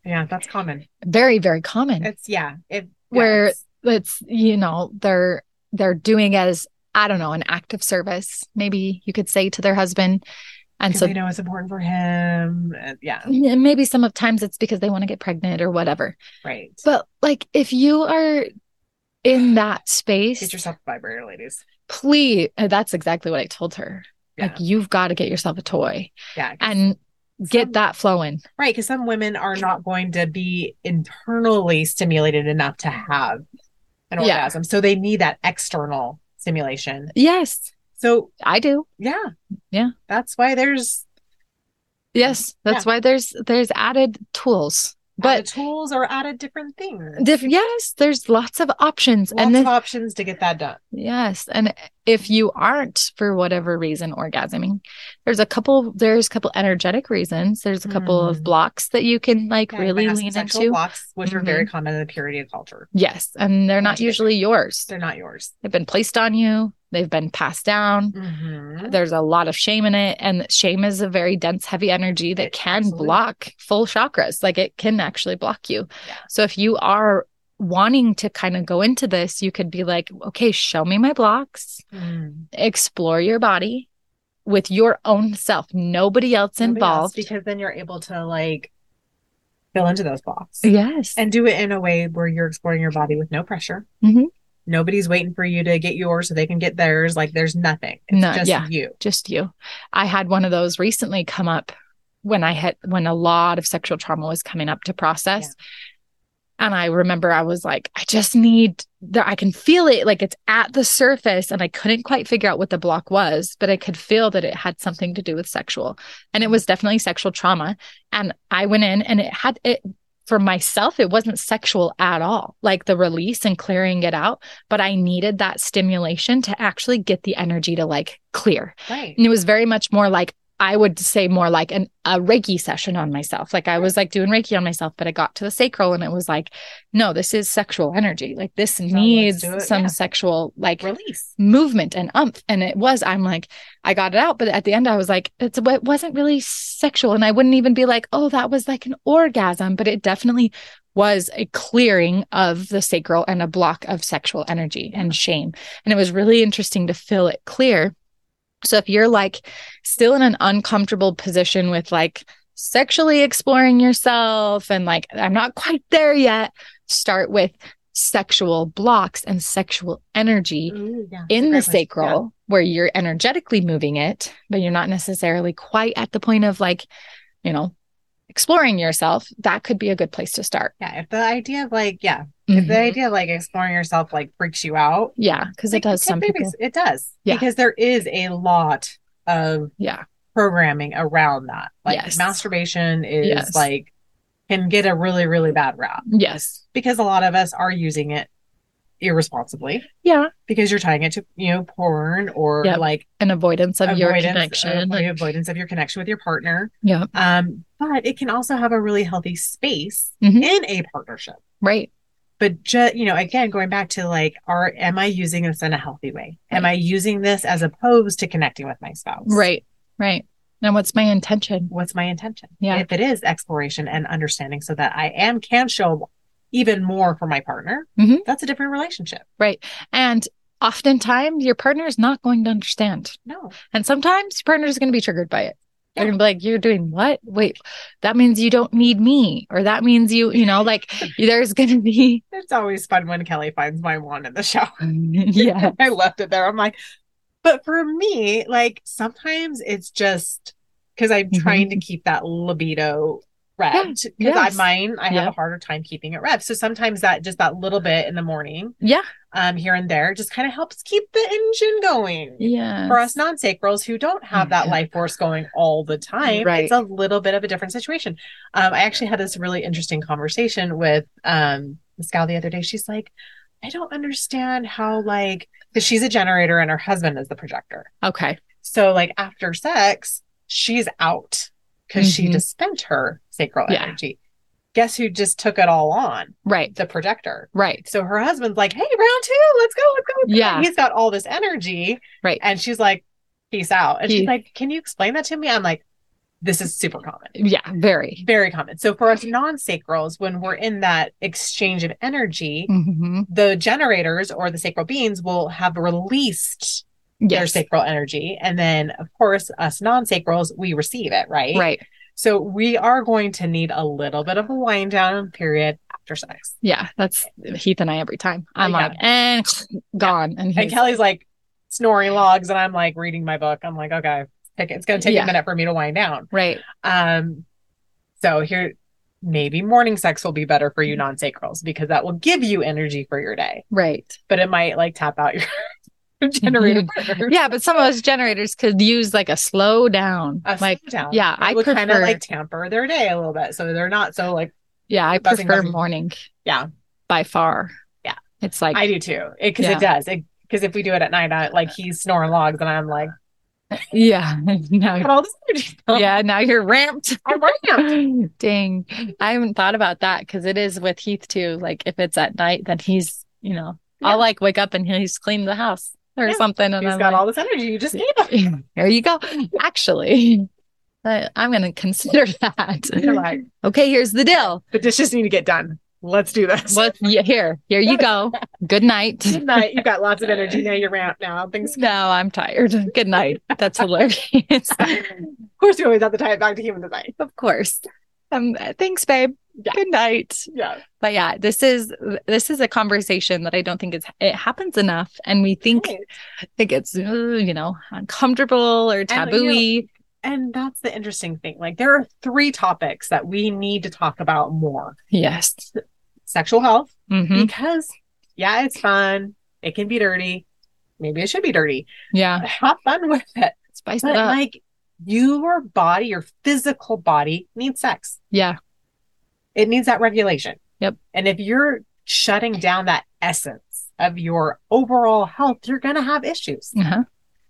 Speaker 2: Yeah, that's common.
Speaker 1: Very, very common.
Speaker 2: It's yeah. It
Speaker 1: Where-
Speaker 2: yes.
Speaker 1: It's you know they're they're doing it as I don't know an act of service maybe you could say to their husband, and
Speaker 2: 'Cause
Speaker 1: so
Speaker 2: they know it's important for him. and- yeah,
Speaker 1: and maybe some of times it's because they want to get pregnant or whatever.
Speaker 2: right.
Speaker 1: But like if you are in that
Speaker 2: Get
Speaker 1: space,
Speaker 2: yourself a vibrator, ladies.
Speaker 1: please uh, that's exactly what I told her.
Speaker 2: Yeah,
Speaker 1: Like you've got to get yourself a toy
Speaker 2: yeah. 'cause-
Speaker 1: and
Speaker 2: Some-
Speaker 1: get that flowing.
Speaker 2: right, because some women are not going to be internally stimulated enough to have an
Speaker 1: Yeah.
Speaker 2: orgasm, so they need that external stimulation.
Speaker 1: Yes,
Speaker 2: So
Speaker 1: I do.
Speaker 2: yeah,
Speaker 1: Yeah.
Speaker 2: That's why there's
Speaker 1: Yes, that's why there's there's added tools,
Speaker 2: but
Speaker 1: but
Speaker 2: tools are added different things.
Speaker 1: diff- yes, there's lots of options,
Speaker 2: Lots
Speaker 1: and
Speaker 2: of
Speaker 1: this,
Speaker 2: options to get that done.
Speaker 1: yes, and if you aren't for whatever reason orgasming, there's a couple there's a couple energetic reasons. There's a couple
Speaker 2: Hmm.
Speaker 1: of blocks that you can like
Speaker 2: Yeah,
Speaker 1: really
Speaker 2: they have some
Speaker 1: lean
Speaker 2: sexual
Speaker 1: into. Mm-hmm.
Speaker 2: blocks, which are very common in the purity of culture.
Speaker 1: Yes, and they're not
Speaker 2: Magic.
Speaker 1: usually yours.
Speaker 2: They're not yours.
Speaker 1: They've been placed on you. They've been passed down.
Speaker 2: Mhm.
Speaker 1: there's a lot of shame in it and shame is a very dense heavy energy that
Speaker 2: It-
Speaker 1: can
Speaker 2: absolutely.
Speaker 1: block full chakras like it can actually block you
Speaker 2: Yeah.
Speaker 1: so if you are wanting to kind of go into this you could be like okay show me my blocks
Speaker 2: Mm.
Speaker 1: explore your body with your own self nobody else
Speaker 2: Nobody else,
Speaker 1: involved
Speaker 2: because then you're able to like fill into those blocks
Speaker 1: yes
Speaker 2: and do it in a way where you're exploring your body with no pressure.
Speaker 1: Mhm.
Speaker 2: Nobody's waiting for you to get yours so they can get theirs. Like there's nothing. It's
Speaker 1: No,
Speaker 2: just
Speaker 1: yeah.
Speaker 2: you.
Speaker 1: just you. I had one of those recently come up when I had when a lot of sexual trauma was coming up to process. And I remember I was like, I just need that I can feel it like it's at the surface and I couldn't quite figure out what the block was, but I could feel that it had something to do with sexual. And it was definitely sexual trauma and I went in and it had it for myself it wasn't sexual at all. Like the release and clearing it out, but I needed that stimulation to actually get the energy to like clear.
Speaker 2: Right.
Speaker 1: And it was very much more like, I would say more like an a Reiki session on myself. Like I was like doing Reiki on myself, but I got to the sacral and it was like, no, this is sexual energy. Like this needs
Speaker 2: do it,
Speaker 1: some
Speaker 2: yeah.
Speaker 1: sexual like
Speaker 2: Release.
Speaker 1: movement and umph. And it was, I'm like, I got it out. But at the end, I was like, it's, it wasn't really sexual. And I wouldn't even be like, oh, that was like an orgasm. But it definitely was a clearing of the sacral and a block of sexual energy and shame. And it was really interesting to feel it clear. So if you're like still in an uncomfortable position with like sexually exploring yourself and like, I'm not quite there yet, start with sexual blocks and sexual energy in the sacral where you're energetically moving it, but you're not necessarily quite at the point of like, you know, exploring yourself, that could be a good place to start.
Speaker 2: Yeah. If the idea of like, yeah, if the
Speaker 1: Mhm.
Speaker 2: idea of like exploring yourself like freaks you out,
Speaker 1: Yeah, because
Speaker 2: like,
Speaker 1: it does
Speaker 2: take
Speaker 1: some
Speaker 2: baby
Speaker 1: people.
Speaker 2: s- It does.
Speaker 1: Yeah.
Speaker 2: Because there is a lot of
Speaker 1: Yeah.
Speaker 2: programming around that. Like
Speaker 1: Yes.
Speaker 2: masturbation is
Speaker 1: Yes.
Speaker 2: like can get a really, really bad rap
Speaker 1: Yes.
Speaker 2: because a lot of us are using it irresponsibly
Speaker 1: Yeah.
Speaker 2: because you're tying it to, you know, porn or
Speaker 1: Yep.
Speaker 2: like
Speaker 1: An avoidance of your
Speaker 2: avoidance-
Speaker 1: connection.
Speaker 2: avo-
Speaker 1: like-
Speaker 2: avoidance of your connection with your partner.
Speaker 1: yeah.
Speaker 2: Um, but it can also have a really healthy space
Speaker 1: Mhm.
Speaker 2: in a partnership.
Speaker 1: Right.
Speaker 2: but just you know again going back to like are am i using this in a healthy way am i using this as opposed to connecting with my spouse
Speaker 1: Right. Right. Now, what's my intention?
Speaker 2: what's my intention
Speaker 1: Yeah.
Speaker 2: if it is exploration and understanding so that i am can show even more for my partner
Speaker 1: Mhm.
Speaker 2: that's a different relationship
Speaker 1: And oftentimes your partner is not going to understand.
Speaker 2: no
Speaker 1: And sometimes your partner is going to be triggered by it. They're
Speaker 2: Yeah.
Speaker 1: going to be like, you're doing what? Wait, that means you don't need me. Or that means you, you know, like there's going to be,
Speaker 2: it's always fun when kelly finds my wand in the shower
Speaker 1: yeah,
Speaker 2: i left it there i'm like but for me like sometimes it's just because i'm
Speaker 1: Mhm.
Speaker 2: trying to keep that libido revved because i
Speaker 1: yes.
Speaker 2: mine i have
Speaker 1: Yeah.
Speaker 2: a harder time keeping it revved so sometimes that just that little bit in the morning
Speaker 1: yeah,
Speaker 2: um here and there just kind of helps keep the engine going
Speaker 1: yeah,
Speaker 2: for us non-sacrals who don't have that
Speaker 1: Yeah.
Speaker 2: life force going all the time
Speaker 1: Mm-hmm. Right.
Speaker 2: it's a little bit of a different situation um i actually had this really interesting conversation with um this gal the other day she's like i don't understand how like because she's a generator and her husband is the projector
Speaker 1: okay,
Speaker 2: so like after sex she's out because she
Speaker 1: Mhm.
Speaker 2: just spent her sacral
Speaker 1: Yeah.
Speaker 2: energy guess who just took it all on
Speaker 1: right,
Speaker 2: the projector
Speaker 1: right,
Speaker 2: so her husband's like, "Hey, round two, let's go, let's go." Let's go."
Speaker 1: Yeah.
Speaker 2: he's got all this energy,
Speaker 1: Right.
Speaker 2: And she's like, "Peace out." And she's
Speaker 1: Peace.
Speaker 2: like, "Can you explain that to me?" I'm like, "This is super common,
Speaker 1: yeah, very,
Speaker 2: very common." So for us non-sacrals, when we're in that exchange of energy,
Speaker 1: mm-hmm.
Speaker 2: the generators or the sacral beings will have released their
Speaker 1: yes,
Speaker 2: sacral energy, and then of course, us non-sacrals, we receive it, right?
Speaker 1: right,
Speaker 2: So we are going to need a little bit of a wind down period after sex.
Speaker 1: yeah, that's Heath and I every time. I'm
Speaker 2: Yeah.
Speaker 1: like, and gone, and
Speaker 2: And
Speaker 1: he's,
Speaker 2: Kelly's like snoring logs, and I'm like reading my book. I'm like, okay, take it. it's going to take
Speaker 1: Yeah.
Speaker 2: a minute for me to wind down.
Speaker 1: right,
Speaker 2: Um, so here, maybe morning sex will be better for
Speaker 1: Mm-hmm.
Speaker 2: you non-sacrals because that will give you energy for your day,
Speaker 1: right,
Speaker 2: but it might like tap out your generator partner.
Speaker 1: yeah, but some of us generators could use like a slow down,
Speaker 2: A
Speaker 1: like,
Speaker 2: slowdown.
Speaker 1: yeah, I
Speaker 2: It would kind of
Speaker 1: prefer-
Speaker 2: like tamper their day a little bit, so they're not so like
Speaker 1: yeah, I
Speaker 2: buzzing,
Speaker 1: prefer
Speaker 2: buzzing.
Speaker 1: morning,
Speaker 2: Yeah.
Speaker 1: by far,
Speaker 2: Yeah.
Speaker 1: it's like
Speaker 2: I do too because
Speaker 1: Yeah.
Speaker 2: it does because if we do it at night, I, like he's snoring logs, and I'm like,
Speaker 1: Yeah.
Speaker 2: I
Speaker 1: Now,
Speaker 2: got all this energy.
Speaker 1: yeah. Now you're ramped.
Speaker 2: I'm right now.
Speaker 1: Dang. I haven't thought about that because it is with Heath too. Like if it's at night, then he's, you know,
Speaker 2: Yeah.
Speaker 1: I'll like wake up and he's cleaned the house or
Speaker 2: Yeah.
Speaker 1: something. And
Speaker 2: He's
Speaker 1: I'm
Speaker 2: got
Speaker 1: like,
Speaker 2: all this energy you just gave him.
Speaker 1: there you go. Actually, I, I'm going to consider
Speaker 2: You're
Speaker 1: that.
Speaker 2: like,
Speaker 1: okay. Here's the deal.
Speaker 2: the dishes need to get done. Let's do this.
Speaker 1: Well, yeah, here, here you go. Good night.
Speaker 2: Good night. You've got lots of energy. Now you're ramped now. Things
Speaker 1: No, I'm tired. Good night. That's hilarious.
Speaker 2: of course we always have to tie it back to human design.
Speaker 1: of course. Um, thanks, babe.
Speaker 2: Yeah.
Speaker 1: Good night.
Speaker 2: Yeah.
Speaker 1: but yeah this is this is a conversation that i don't think it's it happens enough and we think
Speaker 2: Right.
Speaker 1: it gets uh, you know uncomfortable or
Speaker 2: know.
Speaker 1: taboo
Speaker 2: And that's the interesting thing. Like there are three topics that we need to talk about more.
Speaker 1: yes
Speaker 2: Sexual health,
Speaker 1: hmm
Speaker 2: because yeah, it's fun. It can be dirty. Maybe it should be dirty.
Speaker 1: yeah
Speaker 2: Have fun with it.
Speaker 1: spice
Speaker 2: But
Speaker 1: it up
Speaker 2: like your body, your physical body needs sex.
Speaker 1: yeah
Speaker 2: It needs that regulation.
Speaker 1: Yep.
Speaker 2: And if you're shutting down that essence of your overall health, you're going to have issues.
Speaker 1: uh-huh.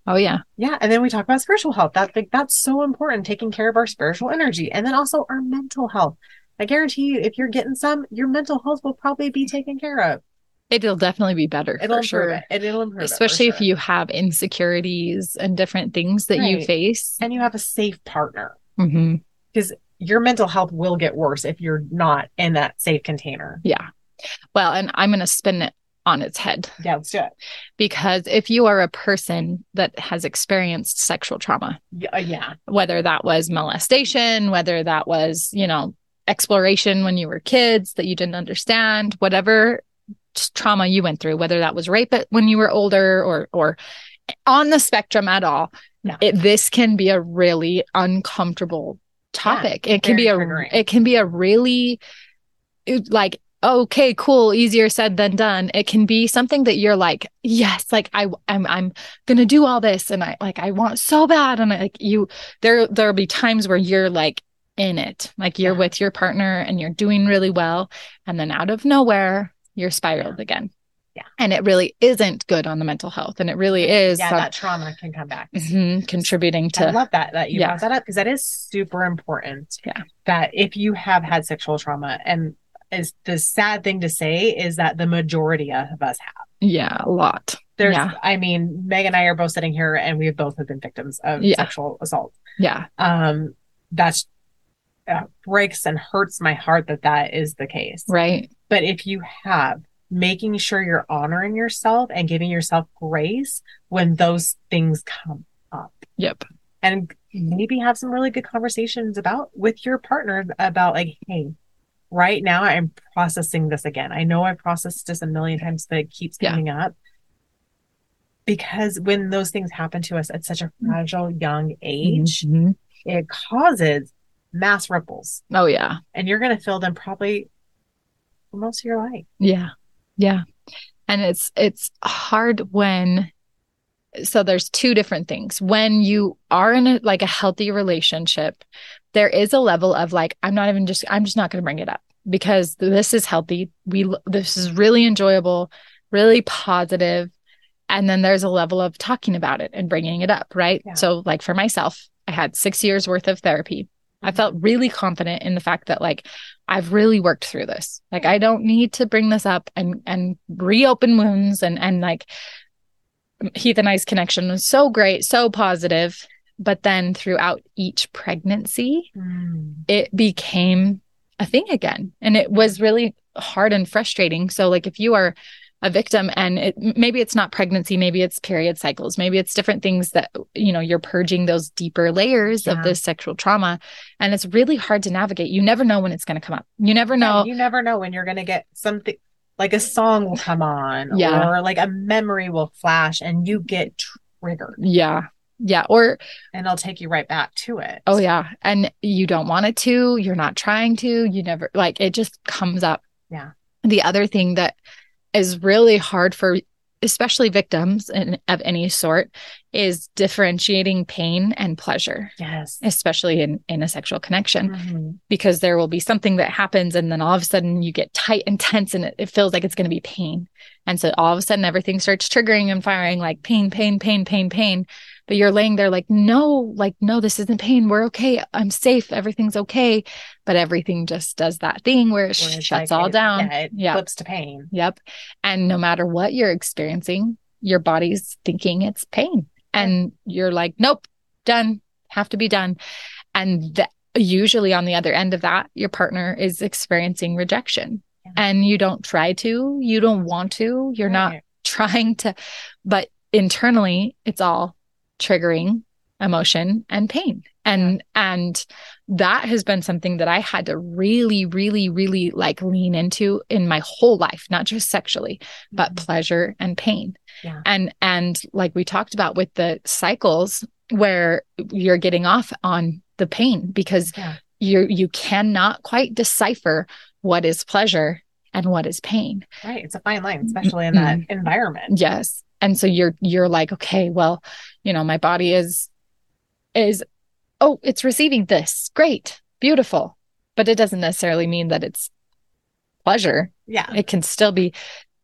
Speaker 1: Oh yeah.
Speaker 2: Yeah, and then we talk about spiritual health. That like that's so important, taking care of our spiritual energy and then also our mental health. I guarantee you, if you're getting some, your mental health will probably be taken care of.
Speaker 1: It'll definitely be better
Speaker 2: It'll
Speaker 1: for
Speaker 2: improve
Speaker 1: sure.
Speaker 2: it. and It'll improve, it for
Speaker 1: Especially if
Speaker 2: sure.
Speaker 1: you have insecurities and different things that you
Speaker 2: Right.
Speaker 1: face.
Speaker 2: and you have a safe partner.
Speaker 1: hmm
Speaker 2: Your mental health will get worse if you're not in that safe container.
Speaker 1: Yeah. Well, and I'm going to spin it on its head
Speaker 2: Yeah, let's do it.
Speaker 1: because if you are a person that has experienced sexual trauma,
Speaker 2: Yeah, uh, yeah,
Speaker 1: whether that was molestation, whether that was, you know, exploration when you were kids that you didn't understand, whatever s- trauma you went through, whether that was rape at- when you were older or or on the spectrum at all,
Speaker 2: Yeah.
Speaker 1: it, this can be a really uncomfortable topic. it can
Speaker 2: very
Speaker 1: be a
Speaker 2: triggering.
Speaker 1: it can be a really it- like okay, cool, easier said than done. It can be something that you're like, yes, like I I'm I'm gonna do all this and I like I want so bad and I, like you there there'll be times where you're like in it like you're
Speaker 2: Yeah.
Speaker 1: with your partner and you're doing really well and then out of nowhere you're spiraled again
Speaker 2: Yeah.
Speaker 1: and it really isn't good on the mental health and it really is
Speaker 2: yeah.
Speaker 1: some-
Speaker 2: That trauma can come back.
Speaker 1: Mhm, contributing
Speaker 2: I
Speaker 1: to
Speaker 2: love that that you
Speaker 1: Yeah.
Speaker 2: brought that up because that is super important.
Speaker 1: Yeah.
Speaker 2: That if you have had sexual trauma, and is the sad thing to say is that the majority of us have.
Speaker 1: yeah a lot
Speaker 2: There's,
Speaker 1: Yeah.
Speaker 2: I mean, Meg and I are both sitting here, and we both have been victims of
Speaker 1: Yeah.
Speaker 2: sexual assault.
Speaker 1: yeah
Speaker 2: Um, that's uh, breaks and hurts my heart that that is the case.
Speaker 1: right
Speaker 2: But if you have, making sure you're honoring yourself and giving yourself grace when those things come
Speaker 1: yep
Speaker 2: and maybe have some really good conversations about with your partner about like hey right now i'm processing this again i know i processed this a million times but it keeps
Speaker 1: Yeah.
Speaker 2: coming up because when those things happen to us at such a fragile young age
Speaker 1: Mhm.
Speaker 2: it causes mass ripples
Speaker 1: oh yeah
Speaker 2: and you're going to feel them probably for most of your life
Speaker 1: Yeah. Yeah. And it's it's hard when so there's two different things. When you are in a, like a healthy relationship, there is a level of like I'm not even just I'm just not going to bring it up because this is healthy. We l- this is really enjoyable, really positive. And then there's a level of talking about it and bringing it up, right?
Speaker 2: Yeah.
Speaker 1: So like for myself, I had 6 years worth of therapy. I felt really confident in the fact that like I've really worked through this. Like I don't need to bring this up and and reopen wounds and and like Heath and I's connection was so great, so positive. But then throughout each pregnancy,
Speaker 2: Mm.
Speaker 1: it became a thing again. And it was really hard and frustrating. So like if you are a victim and it, maybe it's not pregnancy, maybe it's period cycles, maybe it's different things that you know you're purging those deeper layers
Speaker 2: Yeah.
Speaker 1: of this sexual trauma and it's really hard to navigate. You never know when it's going to come up. You never
Speaker 2: Yeah,
Speaker 1: know.
Speaker 2: you never know when you're going to get something like a song will come on
Speaker 1: Yeah.
Speaker 2: or like a memory will flash and you get triggered
Speaker 1: yeah. Yeah, or
Speaker 2: and it'll take you right back to it.
Speaker 1: oh yeah, and you don't want it to, you're not trying to, you never like it just comes up.
Speaker 2: Yeah.
Speaker 1: The other thing that is really hard for especially victims in, of any sort is differentiating pain and pleasure
Speaker 2: Yes.
Speaker 1: especially in in a sexual connection
Speaker 2: Mhm.
Speaker 1: because there will be something that happens and then all of a sudden you get tight and tense and it, it feels like it's going to be pain and so all of a sudden everything starts triggering and firing like pain pain pain pain pain but you're laying there like no like no this isn't pain we're okay i'm safe everything's okay but everything just does that thing where it
Speaker 2: Where it's
Speaker 1: shuts
Speaker 2: like
Speaker 1: all
Speaker 2: it-
Speaker 1: down
Speaker 2: Yeah, it
Speaker 1: Yeah.
Speaker 2: flips to pain.
Speaker 1: Yep. And no matter what you're experiencing, your body's thinking it's pain. And you're like, nope, done, have to be done. And th- usually on the other end of that, your partner is experiencing rejection.
Speaker 2: Yeah.
Speaker 1: And you don't try to, you don't want to, you're not
Speaker 2: Right.
Speaker 1: trying to, but internally, it's all triggering emotion and pain. And, and that has been something that I had to really, really, really like lean into in my whole life, not just sexually, but
Speaker 2: Mhm.
Speaker 1: pleasure and pain.
Speaker 2: Yeah.
Speaker 1: And, and like we talked about with the cycles where you're getting off on the pain because
Speaker 2: Yeah.
Speaker 1: you you cannot quite decipher what is pleasure and what is pain.
Speaker 2: right. It's a fine line, especially in that environment.
Speaker 1: Yes. And so you're you're like, okay, well, you know, my body is is oh, it's receiving this. Great. Beautiful. But it doesn't necessarily mean that it's pleasure.
Speaker 2: Yeah.
Speaker 1: It can still be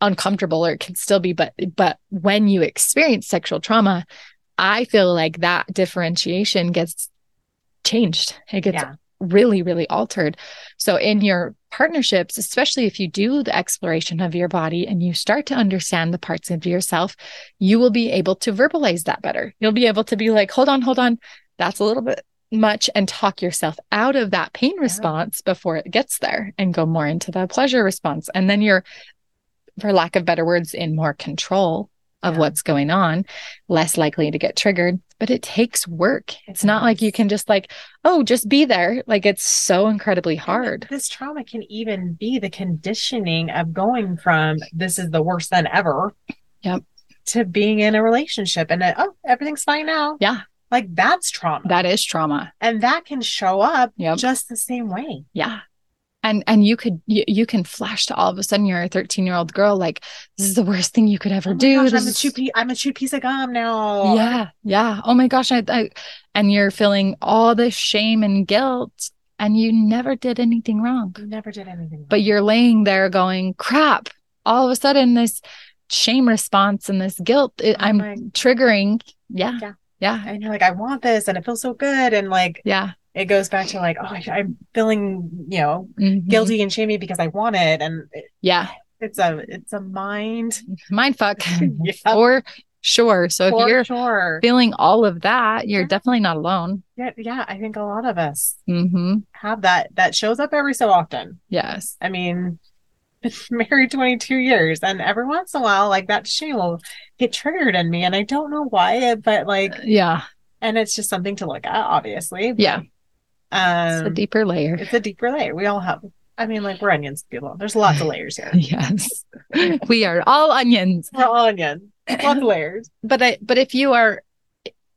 Speaker 1: uncomfortable or it can still be but but when you experience sexual trauma, I feel like that differentiation gets changed. It gets
Speaker 2: Yeah.
Speaker 1: really, really altered. So, in your partnerships, especially if you do the exploration of your body and you start to understand the parts of yourself, you will be able to verbalize that better. You'll be able to be like, hold on, hold on. That's a little bit much and talk yourself out of that pain response before it gets there and go more into the pleasure response. And then you're, for lack of better words, in more control of
Speaker 2: Yeah.
Speaker 1: what's going on, less likely to get triggered. But it takes work. It's not like you
Speaker 2: does.
Speaker 1: can just like, oh, just be there. Like it's so incredibly hard.
Speaker 2: This trauma can even be the conditioning of going from this is the worst than ever.
Speaker 1: Yep.
Speaker 2: To being in a relationship and then, oh, everything's fine now.
Speaker 1: Yeah.
Speaker 2: Like that's trauma.
Speaker 1: That is trauma.
Speaker 2: and that can show up
Speaker 1: Yep.
Speaker 2: just the same way.
Speaker 1: Yeah. And and you could you, you can flash to all of a sudden you're a 13 year old girl like this is the worst thing you could ever
Speaker 2: Oh my
Speaker 1: do.
Speaker 2: gosh,
Speaker 1: This
Speaker 2: I'm a
Speaker 1: is-
Speaker 2: chewed piece. I'm a chewed piece of gum now.
Speaker 1: Yeah, yeah. Oh my gosh, I, I and you're feeling all this shame and guilt, and you never did anything wrong.
Speaker 2: You never did anything.
Speaker 1: But
Speaker 2: wrong.
Speaker 1: you're laying there going, "Crap!" All of a sudden, this shame response and this guilt, it,
Speaker 2: Oh
Speaker 1: I'm
Speaker 2: my-
Speaker 1: triggering. Yeah,
Speaker 2: Yeah.
Speaker 1: yeah,
Speaker 2: and you're like, I want this, and it feels so good, and like
Speaker 1: yeah.
Speaker 2: it goes back to like, oh, I- I'm feeling, you know,
Speaker 1: Mhm.
Speaker 2: guilty and shamey because I want it, and
Speaker 1: Mm-hmm.
Speaker 2: it,
Speaker 1: Yeah,
Speaker 2: it's a it's a mind
Speaker 1: mind fuck
Speaker 2: Yeah.
Speaker 1: for sure. So if
Speaker 2: Oh. for
Speaker 1: you're
Speaker 2: sure.
Speaker 1: feeling all of that, you're
Speaker 2: Yeah.
Speaker 1: definitely not alone.
Speaker 2: Yeah, yeah, I think a lot of us
Speaker 1: hmm
Speaker 2: have that that shows up every so often.
Speaker 1: Yes.
Speaker 2: I mean, been married 22 years and every once in a while like that shame will get triggered in me and I don't know why, but like
Speaker 1: Yeah.
Speaker 2: and it's just something to look at obviously. but,
Speaker 1: Yeah. It's
Speaker 2: Um
Speaker 1: a deeper layer.
Speaker 2: it's a deeper layer. We all have I mean like we're onions people. There's lots of layers here.
Speaker 1: Yes. we are all onions.
Speaker 2: We're all onions. Lots of layers.
Speaker 1: but I, but if you are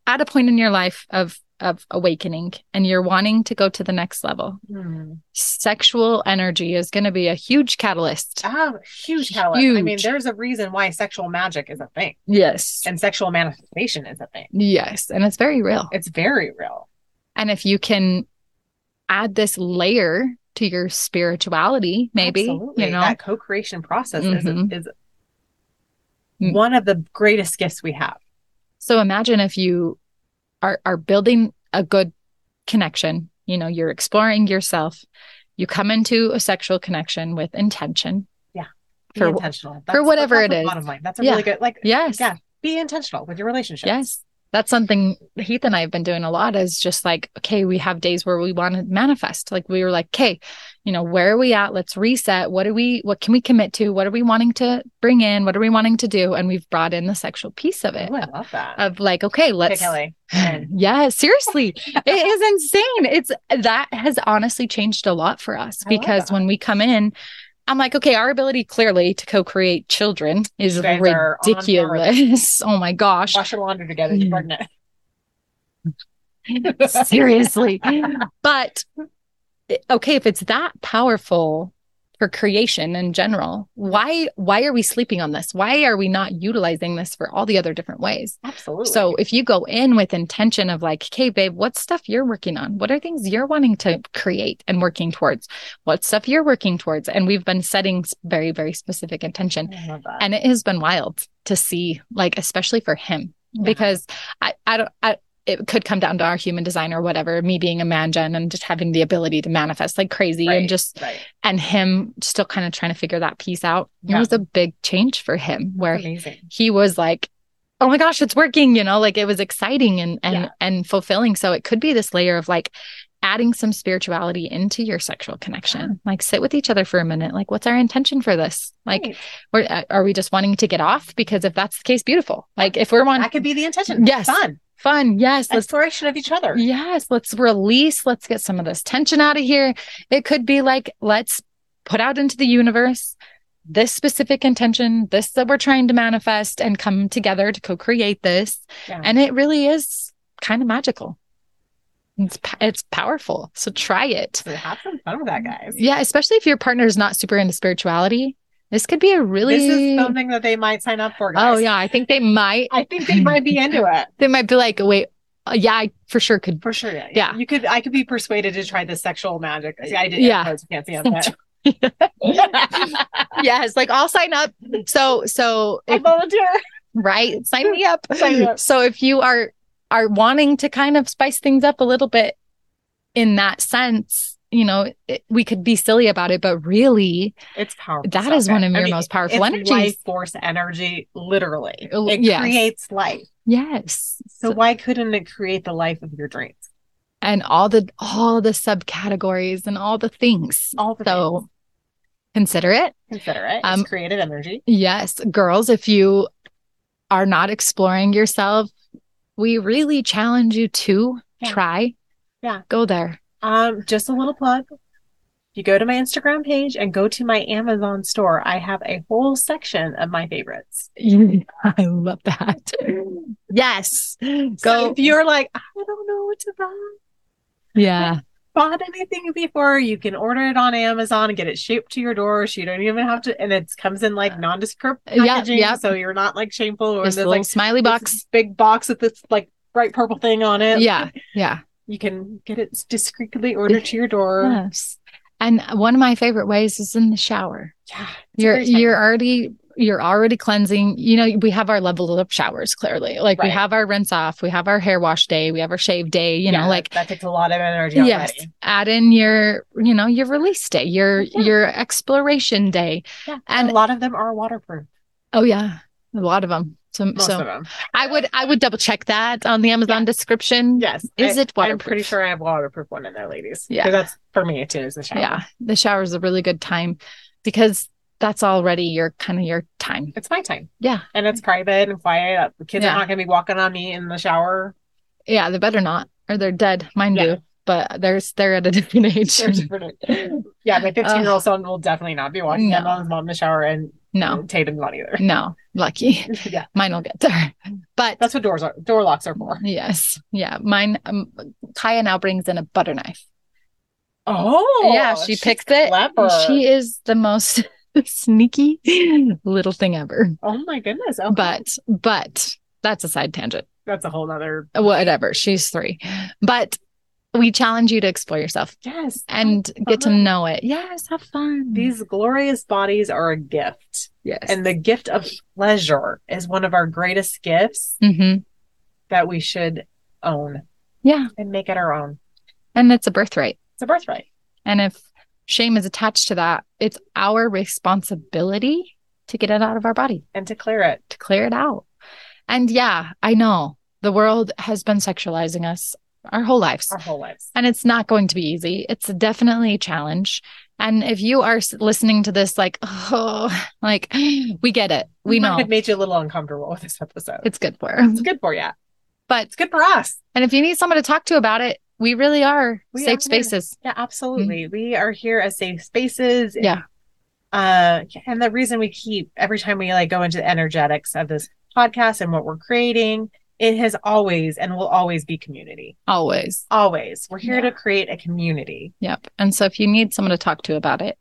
Speaker 1: at a point in your life of of awakening and you're wanting to go to the next level
Speaker 2: Hmm.
Speaker 1: sexual energy is going to be a huge catalyst
Speaker 2: Oh, huge catalyst. I mean,
Speaker 1: Huge.
Speaker 2: there's a reason why sexual magic is a thing
Speaker 1: yes
Speaker 2: and sexual manifestation is a thing.
Speaker 1: yes and it's very real
Speaker 2: It's very real.
Speaker 1: and if you can add this layer to your spirituality maybe
Speaker 2: Absolutely.
Speaker 1: you know
Speaker 2: that co-creation process
Speaker 1: Mhm.
Speaker 2: is, is
Speaker 1: Mm.
Speaker 2: one of the greatest gifts we have
Speaker 1: So imagine if you are are building a good connection, you know, you're exploring yourself. You come into a sexual connection with intention.
Speaker 2: Yeah. be
Speaker 1: For
Speaker 2: intentional
Speaker 1: for whatever
Speaker 2: that's
Speaker 1: it
Speaker 2: the
Speaker 1: is.
Speaker 2: bottom line that's a
Speaker 1: Yeah.
Speaker 2: really good like
Speaker 1: yes.
Speaker 2: Yeah. be intentional with your relationship
Speaker 1: Yes. That's something Heath and I have been doing a lot is just like, okay, we have days where we want to manifest. Like we were like, okay, you know, where are we at? Let's reset. What are we, what can we commit to? What are we wanting to bring in? What are we wanting to do? And we've brought in the sexual piece of it
Speaker 2: Ooh, i love that
Speaker 1: of like, okay,
Speaker 2: okay
Speaker 1: let's
Speaker 2: kelly and
Speaker 1: yeah, seriously. it is insane. It's that has honestly changed a lot for us
Speaker 2: I love
Speaker 1: because
Speaker 2: that.
Speaker 1: when we come in, I'm like, okay, our ability clearly to co-create children is
Speaker 2: You guys are on par with
Speaker 1: ridiculous. Mm. Oh my gosh.
Speaker 2: wash your laundry together you're pregnant
Speaker 1: Seriously. But okay, if it's that powerful for creation in general, why why are we sleeping on this? Why are we not utilizing this for all the other different ways?
Speaker 2: absolutely
Speaker 1: So if you go in with intention of like, okay, babe, what stuff you're working on? What are things you're wanting to create and working towards? What stuff you're working towards? And we've been setting s- very, very specific intention.
Speaker 2: I love that.
Speaker 1: And it has been wild to see, like, especially for him, because I, I don't, I, it could come down to our human design or whatever, me being a man gen and just having the ability to manifest like crazy
Speaker 2: Right,
Speaker 1: and just,
Speaker 2: right.
Speaker 1: and him still kind of trying to figure that piece out.
Speaker 2: Yeah.
Speaker 1: It was a big change for him where
Speaker 2: amazing
Speaker 1: he was like oh my gosh it's working you know like it was exciting and and
Speaker 2: Yeah.
Speaker 1: and fulfilling so it could be this layer of like adding some spirituality into your sexual connection like sit with each other for a minute like what's our intention for this like
Speaker 2: Right.
Speaker 1: we're, uh, are we just wanting to get off because if that's the case beautiful like if we're wanting
Speaker 2: that could be the intention
Speaker 1: Yes. Mm.
Speaker 2: fun
Speaker 1: fun yes let's
Speaker 2: exploration of each other
Speaker 1: Yes, let's release. Let's get some of this tension out of here. It could be like, let's put out into the universe this specific intention, this that we're trying to manifest and come together to co create this.
Speaker 2: Yeah.
Speaker 1: And it really is kind of magical. It's, p- it's powerful. So try it.
Speaker 2: so have some fun with that guys
Speaker 1: Yeah, especially if your partner's not super into spirituality. This could be a really.
Speaker 2: this is something that they might sign up for guys.
Speaker 1: oh, yeah. I think they might.
Speaker 2: i think they might be into it
Speaker 1: They might be like, wait, uh, yeah, I for sure could.
Speaker 2: For sure, yeah,
Speaker 1: Yeah.
Speaker 2: You could, I could be persuaded to try the sexual magic. Yeah, I did.
Speaker 1: Yeah.
Speaker 2: Yeah, you can't see on that.
Speaker 1: yes, like I'll sign up. So, so
Speaker 2: I
Speaker 1: if
Speaker 2: volunteer.
Speaker 1: right? Sign me up.
Speaker 2: Sign me up.
Speaker 1: So if you are are wanting to kind of spice things up a little bit in that sense, you know, it, we could be silly about it, but really,
Speaker 2: It's powerful.
Speaker 1: that is
Speaker 2: stuff.
Speaker 1: one of your
Speaker 2: I mean,
Speaker 1: most powerful
Speaker 2: it's
Speaker 1: energies.
Speaker 2: Life force energy, literally.
Speaker 1: Oh,
Speaker 2: It
Speaker 1: yes.
Speaker 2: creates life.
Speaker 1: Yes.
Speaker 2: So, why couldn't it create the life of your dreams?
Speaker 1: and all the all the subcategories and all the things.
Speaker 2: All the
Speaker 1: so consider it.
Speaker 2: things. consider it.
Speaker 1: um,
Speaker 2: it's creative energy.
Speaker 1: Yes, girls, if you are not exploring yourself, we really challenge you to
Speaker 2: Yeah.
Speaker 1: try.
Speaker 2: Yeah.
Speaker 1: Go there.
Speaker 2: Um, just a little plug. You go to my Instagram page and go to my Amazon store. I have a whole section of my favorites.
Speaker 1: I love that. Yes.
Speaker 2: So
Speaker 1: Go.
Speaker 2: if you're like, I don't know what to buy,
Speaker 1: yeah.
Speaker 2: bought anything before, you can order it on Amazon and get it shipped to your door. So you don't even have to, and it comes in like nondescript
Speaker 1: Yeah,
Speaker 2: packaging,
Speaker 1: yeah.
Speaker 2: so you're not like shameful or
Speaker 1: This
Speaker 2: there's
Speaker 1: little
Speaker 2: like
Speaker 1: smiley
Speaker 2: this
Speaker 1: box.
Speaker 2: big box with this like bright purple thing on it.
Speaker 1: Yeah. Yeah.
Speaker 2: you can get it discreetly ordered to your door.
Speaker 1: Yes. And one of my favorite ways is in the shower.
Speaker 2: Yeah, it's a
Speaker 1: you're
Speaker 2: great time.
Speaker 1: you're already you're already cleansing you know we have our level of showers clearly like we
Speaker 2: Right.
Speaker 1: have our rinse off we have our hair wash day we have our shave day you
Speaker 2: Yeah,
Speaker 1: know like
Speaker 2: that takes a lot of energy.
Speaker 1: yes
Speaker 2: already.
Speaker 1: add in your you know your release day your
Speaker 2: Yeah.
Speaker 1: your exploration day
Speaker 2: Yeah,
Speaker 1: And-
Speaker 2: and a lot of them are waterproof.
Speaker 1: oh yeah a lot of them so,
Speaker 2: Most of
Speaker 1: so
Speaker 2: them.
Speaker 1: i would i would double check that on the amazon description
Speaker 2: Yes.
Speaker 1: is
Speaker 2: I-
Speaker 1: it waterproof
Speaker 2: I'm pretty sure I have a waterproof one in there, ladies.
Speaker 1: Yeah.
Speaker 2: 'Cause that's for me too. Is the shower.
Speaker 1: yeah the shower is a really good time because that's already your kind of your time
Speaker 2: It's my time.
Speaker 1: Yeah.
Speaker 2: And it's private and quiet. The kids
Speaker 1: Yeah.
Speaker 2: are not going to be walking on me in the shower.
Speaker 1: yeah they better not or they're dead mine
Speaker 2: Yeah.
Speaker 1: do but there's they're at a different age
Speaker 2: They're just gonna- yeah, my 15 year old son will definitely not be watching my
Speaker 1: Uh, No.
Speaker 2: mom's mom in the shower, and
Speaker 1: no
Speaker 2: Tatum's not either.
Speaker 1: No, lucky.
Speaker 2: yeah,
Speaker 1: Mine will get there. But
Speaker 2: that's what doors are. Door locks are for.
Speaker 1: yes, yeah. Mine, um, Kaya now brings in a butter knife.
Speaker 2: Oh,
Speaker 1: yeah, she
Speaker 2: she's
Speaker 1: picks it.
Speaker 2: Clever.
Speaker 1: She is the most sneaky little thing ever.
Speaker 2: Oh my goodness. Oh,
Speaker 1: But, but that's a side tangent.
Speaker 2: that's a whole nother.
Speaker 1: Whatever. She's three. But we challenge you to explore yourself
Speaker 2: Yes.
Speaker 1: and get to
Speaker 2: fun.
Speaker 1: know it. Oh, Yes, have fun.
Speaker 2: These glorious bodies are a gift,
Speaker 1: yes.
Speaker 2: and the gift of pleasure is one of our greatest gifts
Speaker 1: hmm
Speaker 2: that we should own
Speaker 1: Yeah.
Speaker 2: and make it our own.
Speaker 1: And it's a birthright.
Speaker 2: It's a birthright.
Speaker 1: And if shame is attached to that, it's our responsibility to get it out of our body,
Speaker 2: And to clear it,
Speaker 1: to clear it out. And yeah, I know the world has been sexualizing us our whole lives,
Speaker 2: our whole lives.
Speaker 1: and it's not going to be easy. It's definitely a challenge. And if you are s- listening to this, like, oh, like we get it, we know
Speaker 2: It made you a little uncomfortable with this episode.
Speaker 1: it's good for us.
Speaker 2: It's good for you.
Speaker 1: But
Speaker 2: It's good for us.
Speaker 1: and if you need someone to talk to about it, we really are
Speaker 2: We are here.
Speaker 1: safe spaces.
Speaker 2: Yeah, absolutely. We are here as safe spaces.
Speaker 1: Mm-hmm. Yeah.
Speaker 2: Uh, and the reason we keep every time we like go into the energetics of this podcast and what we're creating, it has always and will always be community.
Speaker 1: Always.
Speaker 2: Always. We're here
Speaker 1: Yeah.
Speaker 2: to create a community.
Speaker 1: Yep. And so if you need someone to talk to about it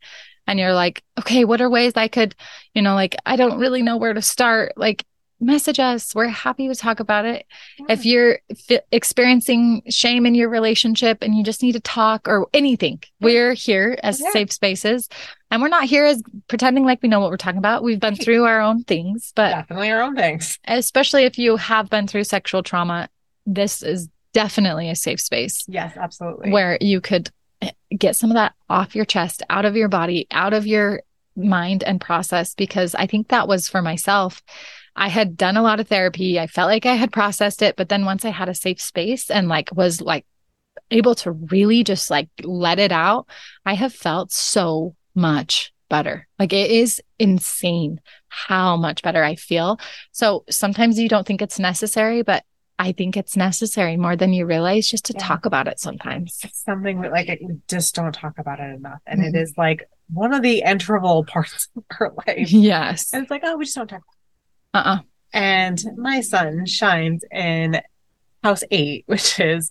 Speaker 1: and you're like, okay, what are ways I could, you know, like, I don't really know where to start, like, message us. We're happy to talk about it. If you're f- experiencing shame in your relationship and you just need to talk or anything, we're here as
Speaker 2: Yeah.
Speaker 1: safe spaces. And we're not here as pretending like we know what we're talking about. We've been
Speaker 2: Right.
Speaker 1: through our own things, but
Speaker 2: definitely our own things.
Speaker 1: especially if you have been through sexual trauma, this is definitely a safe space
Speaker 2: Yes, absolutely.
Speaker 1: where you could get some of that off your chest, out of your body, out of your mind and process. Because I think that was for myself. I had done a lot of therapy. I felt like I had processed it. But then once I had a safe space and like was like able to really just like let it out, I have felt so much better. Like it is insane how much better I feel. So sometimes you don't think it's necessary, but I think it's necessary more than you realize just to
Speaker 2: Yeah.
Speaker 1: talk about it sometimes.
Speaker 2: it's something that like we just don't talk about it enough. And it
Speaker 1: Mhm.
Speaker 2: is like one of the integral parts of our life.
Speaker 1: Yes.
Speaker 2: And it's like, oh, we just don't talk.
Speaker 1: Uh-uh.
Speaker 2: And my son shines in house eight, which is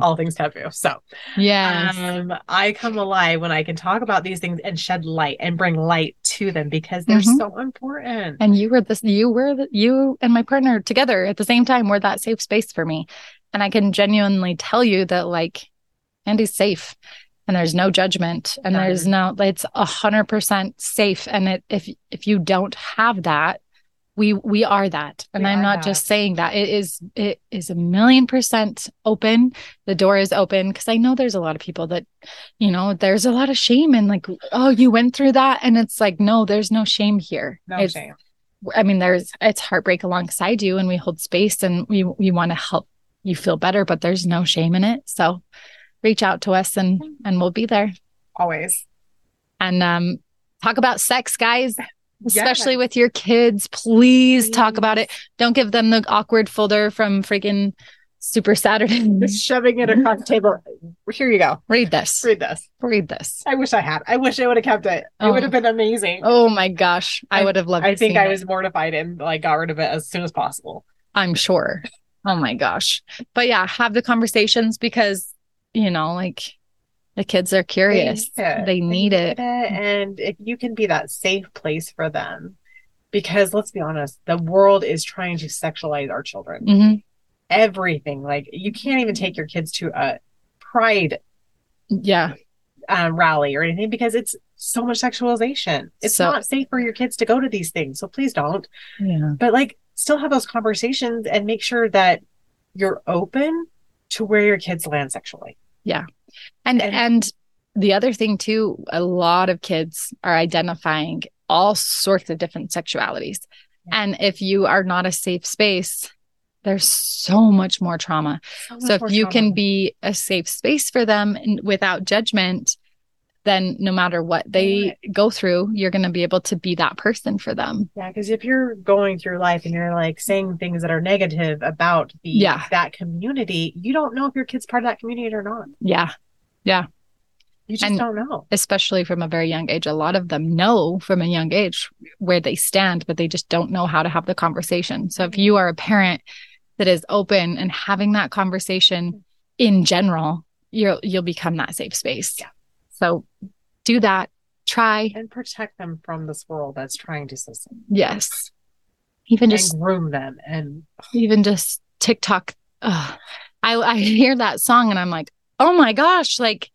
Speaker 2: all things taboo. So
Speaker 1: Uh-uh. yes.
Speaker 2: um, I come alive when I can talk about these things and shed light and bring light to them because they're
Speaker 1: Mhm.
Speaker 2: so important.
Speaker 1: and you were this you were the, you and my partner together at the same time were that safe space for me. And I can genuinely tell you that like Andy's safe and there's no judgment and
Speaker 2: None.
Speaker 1: there's no it's a hundred percent safe. And it if if you don't have that, we we are that and
Speaker 2: We
Speaker 1: i'm
Speaker 2: are
Speaker 1: not
Speaker 2: that.
Speaker 1: just saying that it is it is a million percent open the door is open because i know there's a lot of people that you know there's a lot of shame and like oh you went through that and it's like no there's no shame here
Speaker 2: No
Speaker 1: It's-
Speaker 2: shame.
Speaker 1: i mean there's it's heartbreak alongside you and we hold space and we we want to help you feel better but there's no shame in it so reach out to us and and we'll be there
Speaker 2: Always.
Speaker 1: and um talk about sex guys especially
Speaker 2: Yes.
Speaker 1: with your kids please talk about it don't give them the awkward folder from freaking Super Saturday.
Speaker 2: Just shoving it across the table. Here you go.
Speaker 1: Read this.
Speaker 2: Read this.
Speaker 1: Read this.
Speaker 2: I wish I had. I wish I would have kept it. It
Speaker 1: Oh.
Speaker 2: would have been amazing.
Speaker 1: Oh my gosh. I, would have loved
Speaker 2: I think
Speaker 1: seeing
Speaker 2: I
Speaker 1: it,
Speaker 2: was mortified and like got rid of it as soon as possible.
Speaker 1: I'm sure. Oh my gosh. But yeah, have the conversations because, you know, like the kids are curious.
Speaker 2: They need it.
Speaker 1: They need it.
Speaker 2: And if you can be that safe place for them, because let's be honest, the world is trying to sexualize our children.
Speaker 1: hmm
Speaker 2: Everything. Like you can't even take your kids to a pride
Speaker 1: Yeah.
Speaker 2: uh, rally or anything because it's so much sexualization. It's
Speaker 1: So-
Speaker 2: not safe for your kids to go to these things. So please don't.
Speaker 1: Yeah.
Speaker 2: But like still have those conversations and make sure that you're open to where your kids land sexually.
Speaker 1: And,
Speaker 2: And-
Speaker 1: and the other thing too, a lot of kids are identifying all sorts of different sexualities.
Speaker 2: Yeah.
Speaker 1: And if you are not a safe space, there's so much more trauma. So if you can be a safe space for them and without judgment, then no matter what they go through, you're going to be able to be that person for them.
Speaker 2: Yeah, because if you're going through life and you're like saying things that are negative about the
Speaker 1: Yeah.
Speaker 2: that community, you don't know if your kid's part of that community or not.
Speaker 1: Yeah.
Speaker 2: You just
Speaker 1: And-
Speaker 2: don't know.
Speaker 1: Especially from a very young age. A lot of them know from a young age where they stand, but they just don't know how to have the conversation. So if you are a parent that is open and having that conversation in general, you'll you'll become that safe space.
Speaker 2: Yeah.
Speaker 1: So do that. Try.
Speaker 2: And protect them from this world that's trying to system
Speaker 1: Yes. Even just
Speaker 2: and groom them and
Speaker 1: even just TikTok. Ugh. I I hear that song and I'm like, oh my gosh, like,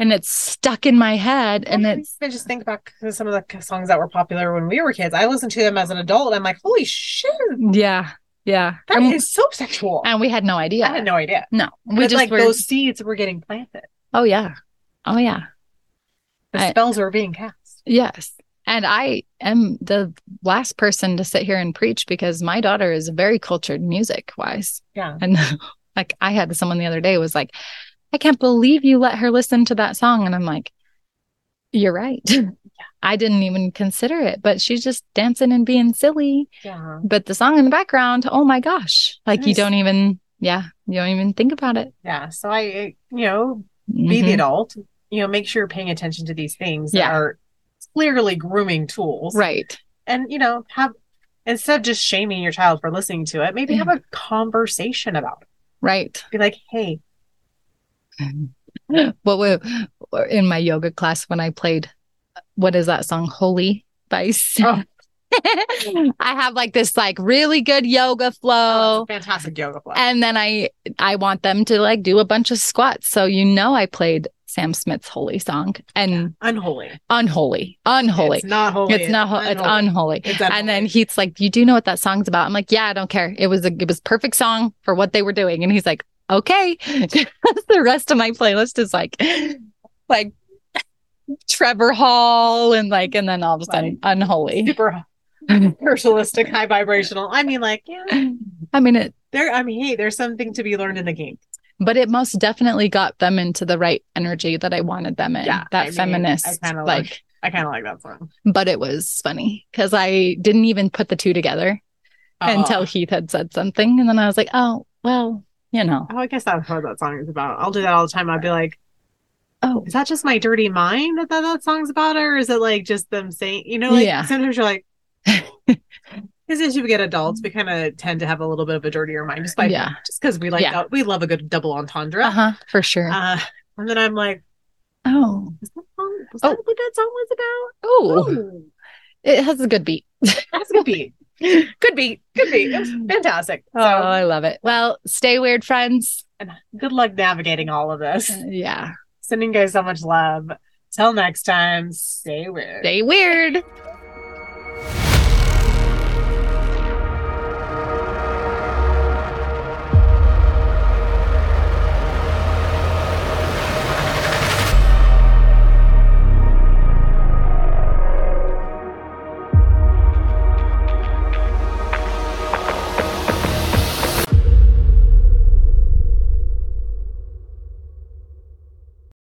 Speaker 1: and it's stuck in my head. And
Speaker 2: then
Speaker 1: it's
Speaker 2: I just think back to some of the songs that were popular when we were kids. I listened to them as an adult. I'm like, holy shit,
Speaker 1: yeah, yeah.
Speaker 2: that is
Speaker 1: And,
Speaker 2: so sexual.
Speaker 1: and we had no idea.
Speaker 2: I had no idea.
Speaker 1: no, we
Speaker 2: But
Speaker 1: just
Speaker 2: like
Speaker 1: were.
Speaker 2: those seeds were getting planted.
Speaker 1: oh yeah, oh yeah,
Speaker 2: The
Speaker 1: I-
Speaker 2: spells were being cast.
Speaker 1: yes. And I am the last person to sit here and preach because my daughter is very cultured music wise.
Speaker 2: Yeah.
Speaker 1: And like I had someone the other day was like, I can't believe you let her listen to that song. And I'm like, you're right. I didn't even consider it, but she's just dancing and being silly.
Speaker 2: Yeah.
Speaker 1: But the song in the background, oh my gosh. Like you
Speaker 2: Nice.
Speaker 1: don't even, yeah, you don't even think about it.
Speaker 2: Yeah. So I, you know, be the
Speaker 1: Mhm.
Speaker 2: adult. You know, make sure you're paying attention to these things that
Speaker 1: Yeah.
Speaker 2: are clearly grooming tools.
Speaker 1: Mm-hmm. Right.
Speaker 2: And, you know, have instead of just shaming your child for listening to it, maybe
Speaker 1: Yeah.
Speaker 2: have a conversation about it.
Speaker 1: Right.
Speaker 2: Be like, hey,
Speaker 1: what were in my yoga class when I played, what is that song? Holy by Sam. I have like this like really good yoga flow.
Speaker 2: oh, that's a fantastic yoga class.
Speaker 1: and then i i want them to like do a bunch of squats so you know i played sam smith's holy song and
Speaker 2: Unholy.
Speaker 1: unholy unholy
Speaker 2: It's not holy.
Speaker 1: it's not ho- it's unholy
Speaker 2: It's
Speaker 1: and then
Speaker 2: unholy.
Speaker 1: he's like you do know what that song's about i'm like yeah i don't care it was a it was perfect song for what they were doing and he's like okay the rest of my playlist is like like trevor hall and like and then all of a sudden unholy
Speaker 2: super personalistic, high vibrational. I mean, like, yeah,
Speaker 1: i mean it
Speaker 2: there, I mean, hey, there's something to be learned in the game.
Speaker 1: but it most definitely got them into the right energy that I wanted them in.
Speaker 2: Yeah, I
Speaker 1: that
Speaker 2: mean,
Speaker 1: feminist,
Speaker 2: I kinda like-
Speaker 1: like,
Speaker 2: I kind of like that song.
Speaker 1: but it was funny because I didn't even put the two together until
Speaker 2: Oh.
Speaker 1: Heath had said something. And then I was like, oh, well, you know,
Speaker 2: Oh, I guess that's what that song is about. I'll do that all the time. I'll be like,
Speaker 1: oh,
Speaker 2: is that just my dirty mind that that, that song's about, or is it like just them saying, you know, like
Speaker 1: Yeah.
Speaker 2: sometimes you're like, because as you get adults, we kind of tend to have a little bit of a dirtier mind, just by
Speaker 1: Yeah.
Speaker 2: just because we like
Speaker 1: Yeah.
Speaker 2: we love a good double entendre.
Speaker 1: uh huh, for sure.
Speaker 2: Uh, and then I'm like,
Speaker 1: oh,
Speaker 2: is that song? Was
Speaker 1: Oh.
Speaker 2: that what that song was about?
Speaker 1: oh,
Speaker 2: Oh,
Speaker 1: it has a good beat.
Speaker 2: that's good beat. Mm.
Speaker 1: good beat.
Speaker 2: Good beat. It was fantastic.
Speaker 1: Oh,
Speaker 2: So,
Speaker 1: I love it. Well, stay weird, friends.
Speaker 2: and good luck navigating all of this.
Speaker 1: Uh, Yeah,
Speaker 2: Sending you guys so much love. Till next time, stay weird.
Speaker 1: stay weird.